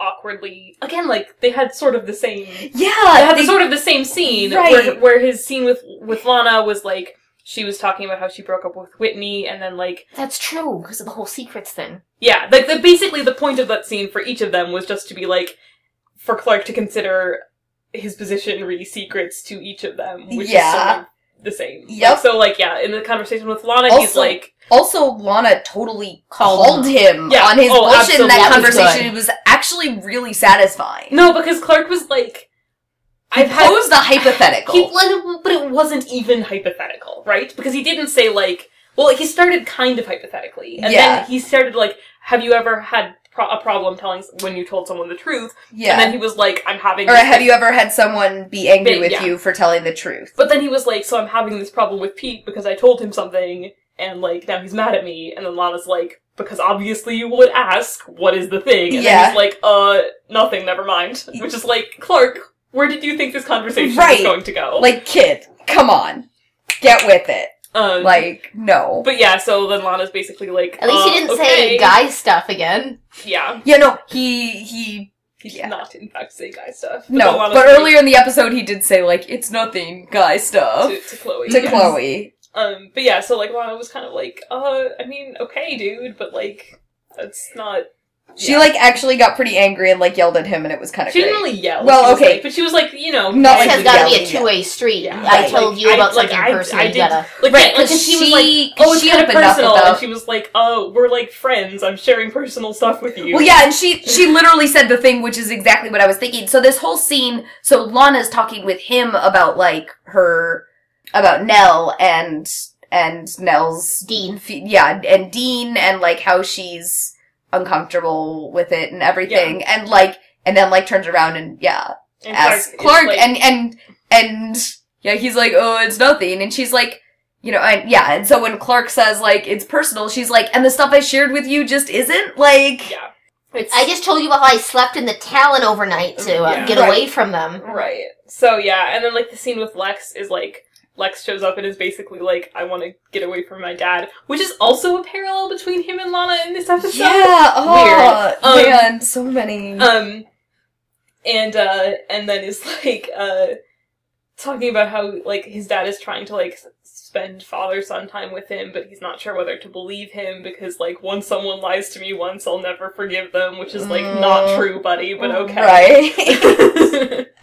Speaker 2: awkwardly again like they had sort of the same they
Speaker 3: Yeah.
Speaker 2: had
Speaker 3: they-
Speaker 2: sort of the same scene where
Speaker 3: Right.
Speaker 2: where his scene with with Lana was like she was talking about how she broke up with Whitney and then like
Speaker 4: That's true, because of the whole secrets thing.
Speaker 2: yeah, like the basically the point of that scene for each of them was just to be like for Clark to consider his position really secrets to each of them, which is
Speaker 3: Yeah.
Speaker 2: sort of the same. Like,
Speaker 3: Yep.
Speaker 2: so like yeah, in the conversation with Lana, he's
Speaker 3: Also-
Speaker 2: like
Speaker 3: also, Lana totally
Speaker 4: Called
Speaker 3: called,
Speaker 4: him.
Speaker 3: him
Speaker 2: Yeah,
Speaker 3: on his
Speaker 2: oh,
Speaker 3: bullshit in that
Speaker 4: absolutely.
Speaker 3: conversation. It was actually really satisfying.
Speaker 2: No, because Clark was like, I've
Speaker 3: It
Speaker 2: had.
Speaker 3: was the hypothetical.
Speaker 2: He, like, but it wasn't even hypothetical, right? Because he didn't say, like, well, he started kind of hypothetically. And
Speaker 3: Yeah.
Speaker 2: then he started, like, have you ever had pro- a problem telling s- when you told someone the truth? And then
Speaker 3: yeah.
Speaker 2: he was like, I'm having.
Speaker 3: Or
Speaker 2: this-
Speaker 3: have you ever had someone be angry
Speaker 2: But,
Speaker 3: with
Speaker 2: yeah.
Speaker 3: you for telling the truth?
Speaker 2: But then he was like, so I'm having this problem with Pete because I told him something, and, like, now he's mad at me. And then Lana's like, because obviously you would ask, what is the thing? And
Speaker 3: Yeah.
Speaker 2: then he's like, uh, nothing, never mind. Which is like, Clark, where did you think this conversation
Speaker 3: Right.
Speaker 2: was going to go?
Speaker 3: Like, kid, come on, get with it.
Speaker 2: Um,
Speaker 3: Like, no.
Speaker 2: but yeah, so then Lana's basically like.
Speaker 4: At least
Speaker 2: uh,
Speaker 4: he didn't
Speaker 2: okay.
Speaker 4: say guy stuff again.
Speaker 2: Yeah,
Speaker 3: yeah, no. He he
Speaker 2: he did
Speaker 3: Yeah.
Speaker 2: not in fact say guy stuff.
Speaker 3: No,
Speaker 2: then Lana's
Speaker 3: but
Speaker 2: like,
Speaker 3: earlier in the episode, he did say like it's nothing guy stuff
Speaker 2: to, to Chloe.
Speaker 3: to
Speaker 2: yes. (laughs)
Speaker 3: Chloe.
Speaker 2: Um, but yeah, so like Lana was kind of like, uh, I mean, okay, dude, but like, that's not.
Speaker 3: She
Speaker 2: yeah.
Speaker 3: like actually got pretty angry and like yelled at him, and it was kind of
Speaker 2: She
Speaker 3: great.
Speaker 2: didn't really yell.
Speaker 3: Well,
Speaker 2: She was
Speaker 3: okay.
Speaker 2: like- but she was like, you know,
Speaker 3: Not
Speaker 2: Oh, I
Speaker 4: This
Speaker 3: like
Speaker 4: has
Speaker 2: did-
Speaker 3: the
Speaker 4: got to be a
Speaker 3: yelling, yeah.
Speaker 4: two way street.
Speaker 2: Yeah.
Speaker 4: I
Speaker 2: Like,
Speaker 4: told you
Speaker 2: I-
Speaker 4: about
Speaker 2: like,
Speaker 4: something
Speaker 2: I-
Speaker 4: personal.
Speaker 2: I
Speaker 4: you
Speaker 2: did-
Speaker 4: gotta.
Speaker 2: Like,
Speaker 3: Right,
Speaker 2: like,
Speaker 3: 'cause
Speaker 2: she was
Speaker 3: she-
Speaker 2: like, oh, it's
Speaker 3: she
Speaker 2: kind of
Speaker 3: opened up
Speaker 2: personal, and
Speaker 3: about-
Speaker 2: she was like, oh, we're like friends. I'm sharing personal stuff with you.
Speaker 3: Well, yeah, and she she literally said the thing, which is exactly what I was thinking. So this whole scene, so Lana's talking with him about like her about Nell and and Nell's
Speaker 4: Dean.
Speaker 3: fe- yeah, and Dean and like how she's uncomfortable with it and everything, and like and then like turns around and yeah,
Speaker 2: And
Speaker 3: asks
Speaker 2: is
Speaker 3: Clark,
Speaker 2: like-
Speaker 3: and and and yeah, he's like, oh, it's nothing, and she's like. You know, and yeah, and so when Clark says like it's personal, she's like, and the stuff I shared with you just isn't like,
Speaker 2: yeah, it's
Speaker 4: I just told you about how I slept in the Talon overnight to uh,
Speaker 2: Yeah.
Speaker 4: get
Speaker 3: Right.
Speaker 4: away from them.
Speaker 2: right. So yeah, and then like the scene with Lex is like Lex shows up and is basically like, I want to get away from my dad, which is also a parallel between him and Lana in this episode.
Speaker 3: yeah, oh
Speaker 2: Weird. Um,
Speaker 3: man, so many.
Speaker 2: Um, and uh, and then is (laughs) like uh, talking about how like his dad is trying to like s- spend father son time with him, but he's not sure whether to believe him because like once someone lies to me once, I'll never forgive them, which is like not
Speaker 3: Mm.
Speaker 2: true, buddy. But okay.
Speaker 3: right? (laughs)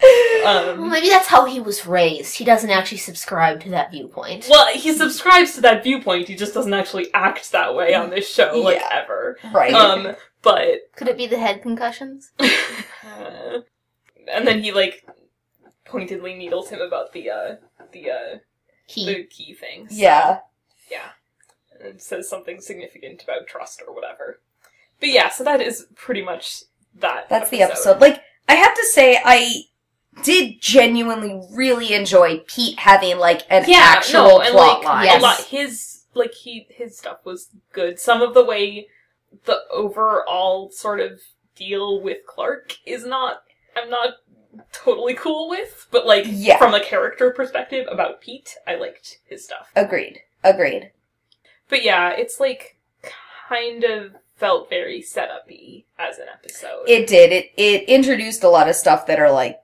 Speaker 4: Well,
Speaker 2: (laughs) um,
Speaker 4: maybe that's how he was raised. He doesn't actually subscribe to that viewpoint.
Speaker 2: well, he subscribes to that viewpoint. He just doesn't actually act that way on this show, like
Speaker 3: Yeah.
Speaker 2: ever.
Speaker 3: right.
Speaker 2: Um, but
Speaker 4: Could it be the head concussions?
Speaker 2: Uh, (laughs) and then he like pointedly needles him about the uh the uh
Speaker 4: He
Speaker 2: the key things.
Speaker 3: yeah.
Speaker 2: And says something significant about trust or whatever. But yeah, so that is pretty much that.
Speaker 3: That's the episode. Like, I have to say, I did genuinely really enjoy Pete having like an
Speaker 2: Yeah,
Speaker 3: actual
Speaker 2: no, and
Speaker 3: plot
Speaker 2: like
Speaker 3: line.
Speaker 2: a
Speaker 4: Yes.
Speaker 2: lot his like he his stuff was good. Some of the way the overall sort of deal with Clark is not I'm not totally cool with, but like
Speaker 3: Yeah.
Speaker 2: from a character perspective about Pete, I liked his stuff.
Speaker 3: Agreed. Agreed.
Speaker 2: But yeah, it's like kind of felt very setup-y as an episode.
Speaker 3: It did. It it introduced a lot of stuff that are like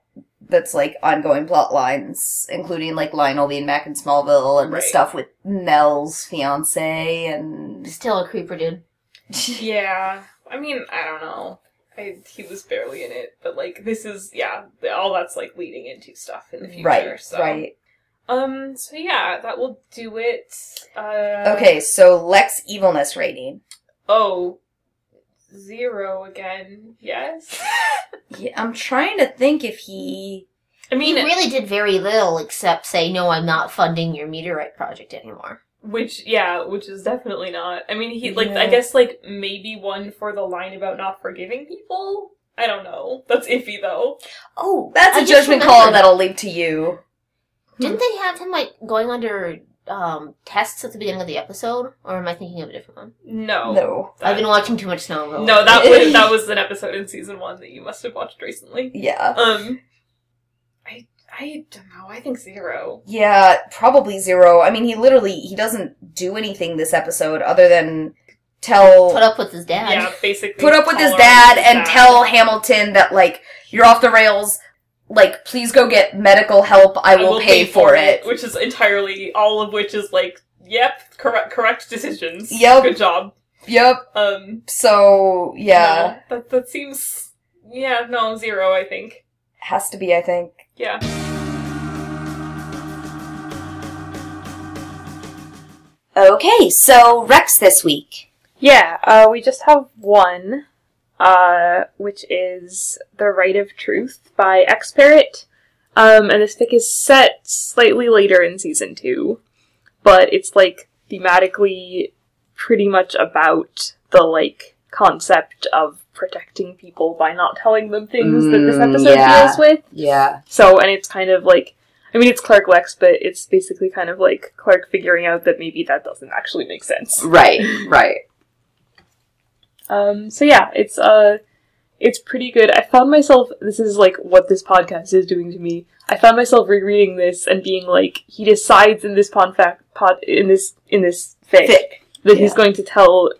Speaker 3: that's like ongoing plot lines, including like Lionel being back in Smallville and
Speaker 2: Right.
Speaker 3: the stuff with Nell's fiance and (laughs)
Speaker 4: still a creeper dude.
Speaker 2: yeah, I mean, I don't know. I, he was barely in it, but like this is yeah, all that's like leading into stuff in the future.
Speaker 3: right,
Speaker 2: so.
Speaker 3: right.
Speaker 2: Um. So yeah, that will do it. Uh,
Speaker 3: Okay, so Lex evilness rating.
Speaker 2: Oh, zero again.
Speaker 3: (laughs)
Speaker 2: Yes.
Speaker 3: Yeah, I'm trying to think if he.
Speaker 2: I mean,
Speaker 4: He really did very little except say, no, I'm not funding your meteorite project anymore.
Speaker 2: Which yeah, which is definitely not. I mean, he like I
Speaker 3: Yeah.
Speaker 2: guess like maybe one for the line about not forgiving people. I don't know. That's iffy though.
Speaker 4: Oh,
Speaker 3: That's
Speaker 4: I
Speaker 3: a
Speaker 4: just
Speaker 3: judgment
Speaker 4: remembered.
Speaker 3: call that'll leave to you.
Speaker 4: Hmm. Didn't they have him like going under um, tests at the beginning of the episode, or am I thinking of a different one?
Speaker 2: No,
Speaker 3: No.
Speaker 2: That- (laughs)
Speaker 4: I've been watching too much Snow. Road.
Speaker 2: no.
Speaker 3: (laughs)
Speaker 2: That was that was an episode in season one that you must have watched recently.
Speaker 3: Yeah.
Speaker 2: Um, I I don't know. I think zero.
Speaker 3: Yeah, probably zero. I mean, he literally he doesn't do anything this episode other than tell
Speaker 4: put up with his dad.
Speaker 2: Yeah, basically
Speaker 3: put up with his
Speaker 2: tolerate
Speaker 3: dad and
Speaker 2: dad.
Speaker 3: tell Hamilton that like you're off the rails. Like, please go get medical help. I will, pay, for it.
Speaker 2: which is entirely all of which is like yep, correct correct decisions.
Speaker 3: Yep.
Speaker 2: good job.
Speaker 3: Yep.
Speaker 2: Um,
Speaker 3: So yeah,
Speaker 2: No, that that seems yeah, no, zero, I think.
Speaker 3: has to be. I think.
Speaker 2: Yeah.
Speaker 3: Okay, so Rex this week.
Speaker 2: Yeah, uh, we just have one, uh, which is The Right of Truth by Xparrot. Um, and this fic is set slightly later in season two, but it's like thematically pretty much about the like concept of protecting people by not telling them things that this
Speaker 1: Mm,
Speaker 2: episode
Speaker 1: yeah.
Speaker 2: deals with.
Speaker 1: Yeah.
Speaker 2: So, and it's kind of like, I mean, it's Clark Lex, but it's basically kind of like Clark figuring out that maybe that doesn't actually make sense.
Speaker 1: Right. Right.
Speaker 2: Um, so yeah, it's uh, it's pretty good. I found myself. This is like what this podcast is doing to me. I found myself rereading this and being like, he decides in this pon fact pod in this in this fic,
Speaker 3: Fic,
Speaker 2: that he's
Speaker 3: yeah.
Speaker 2: going to tell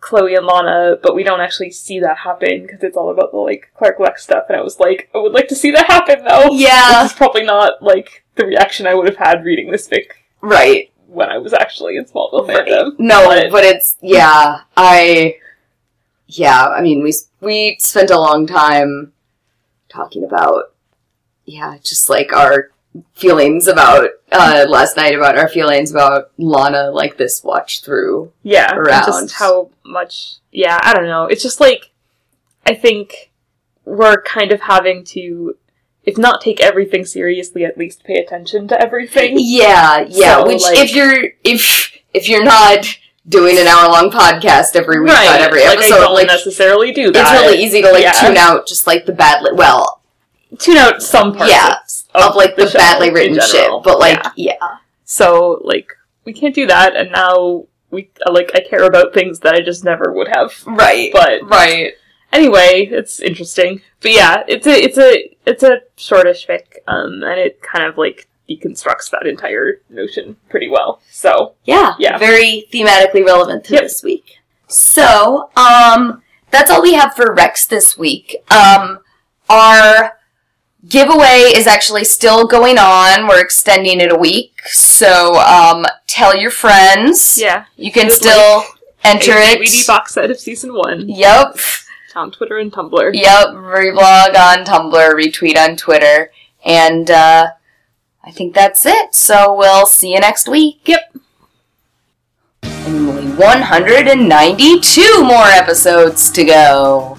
Speaker 2: Chloe and Lana, but we don't actually see that happen because it's all about the like Clark Lex stuff. And I was like, I would like to see that happen though.
Speaker 3: Yeah.
Speaker 2: This is probably not like the reaction I would have had reading this fic
Speaker 1: Right.
Speaker 2: when I was actually in Smallville
Speaker 1: Right.
Speaker 2: fandom.
Speaker 1: No,
Speaker 2: But-
Speaker 1: but, it's yeah. I yeah. I mean, we s- we spent a long time talking about yeah, just like our feelings about uh, last night about our feelings about Lana, like this watch through.
Speaker 2: Yeah, and
Speaker 1: Around.
Speaker 2: just how much. Yeah, I don't know. It's just like I think we're kind of having to if not take everything seriously, at least pay attention to everything.
Speaker 3: Yeah, yeah.
Speaker 2: So,
Speaker 3: which
Speaker 2: like-
Speaker 3: if you're if if you're not doing an hour long podcast every week on every
Speaker 2: like, I
Speaker 3: episode,
Speaker 2: don't
Speaker 3: like
Speaker 2: necessarily do
Speaker 3: it's
Speaker 2: that.
Speaker 3: really easy to like
Speaker 2: Yeah.
Speaker 3: tune out just like the badly well
Speaker 2: tune out some parts
Speaker 3: Yeah,
Speaker 2: of,
Speaker 3: of, like the,
Speaker 2: show
Speaker 3: badly
Speaker 2: in
Speaker 3: written shit,
Speaker 2: general.
Speaker 3: but like
Speaker 2: Yeah.
Speaker 3: yeah.
Speaker 2: so like we can't do that, and now we like I care about things that I just never would have.
Speaker 3: right,
Speaker 2: But
Speaker 3: right.
Speaker 2: anyway, it's interesting. But yeah, it's a it's a it's a shortish fic, um, and it kind of like deconstructs that entire notion pretty well. So
Speaker 3: Yeah,
Speaker 2: Yeah.
Speaker 3: very thematically relevant to
Speaker 2: Yep.
Speaker 3: this week. So, um, that's all we have for Rex this week. Um, our giveaway is actually still going on. We're extending it a week, so um, tell your friends.
Speaker 2: yeah,
Speaker 3: You can
Speaker 2: Just
Speaker 3: still enter
Speaker 2: a
Speaker 3: it.
Speaker 2: DVD box set of season one
Speaker 3: Yep,
Speaker 2: It's on Twitter and Tumblr.
Speaker 3: yep. Reblog on Tumblr, retweet on Twitter, and uh, I think that's it. So we'll see you next week.
Speaker 2: Yep.
Speaker 3: Only 192 more episodes to go.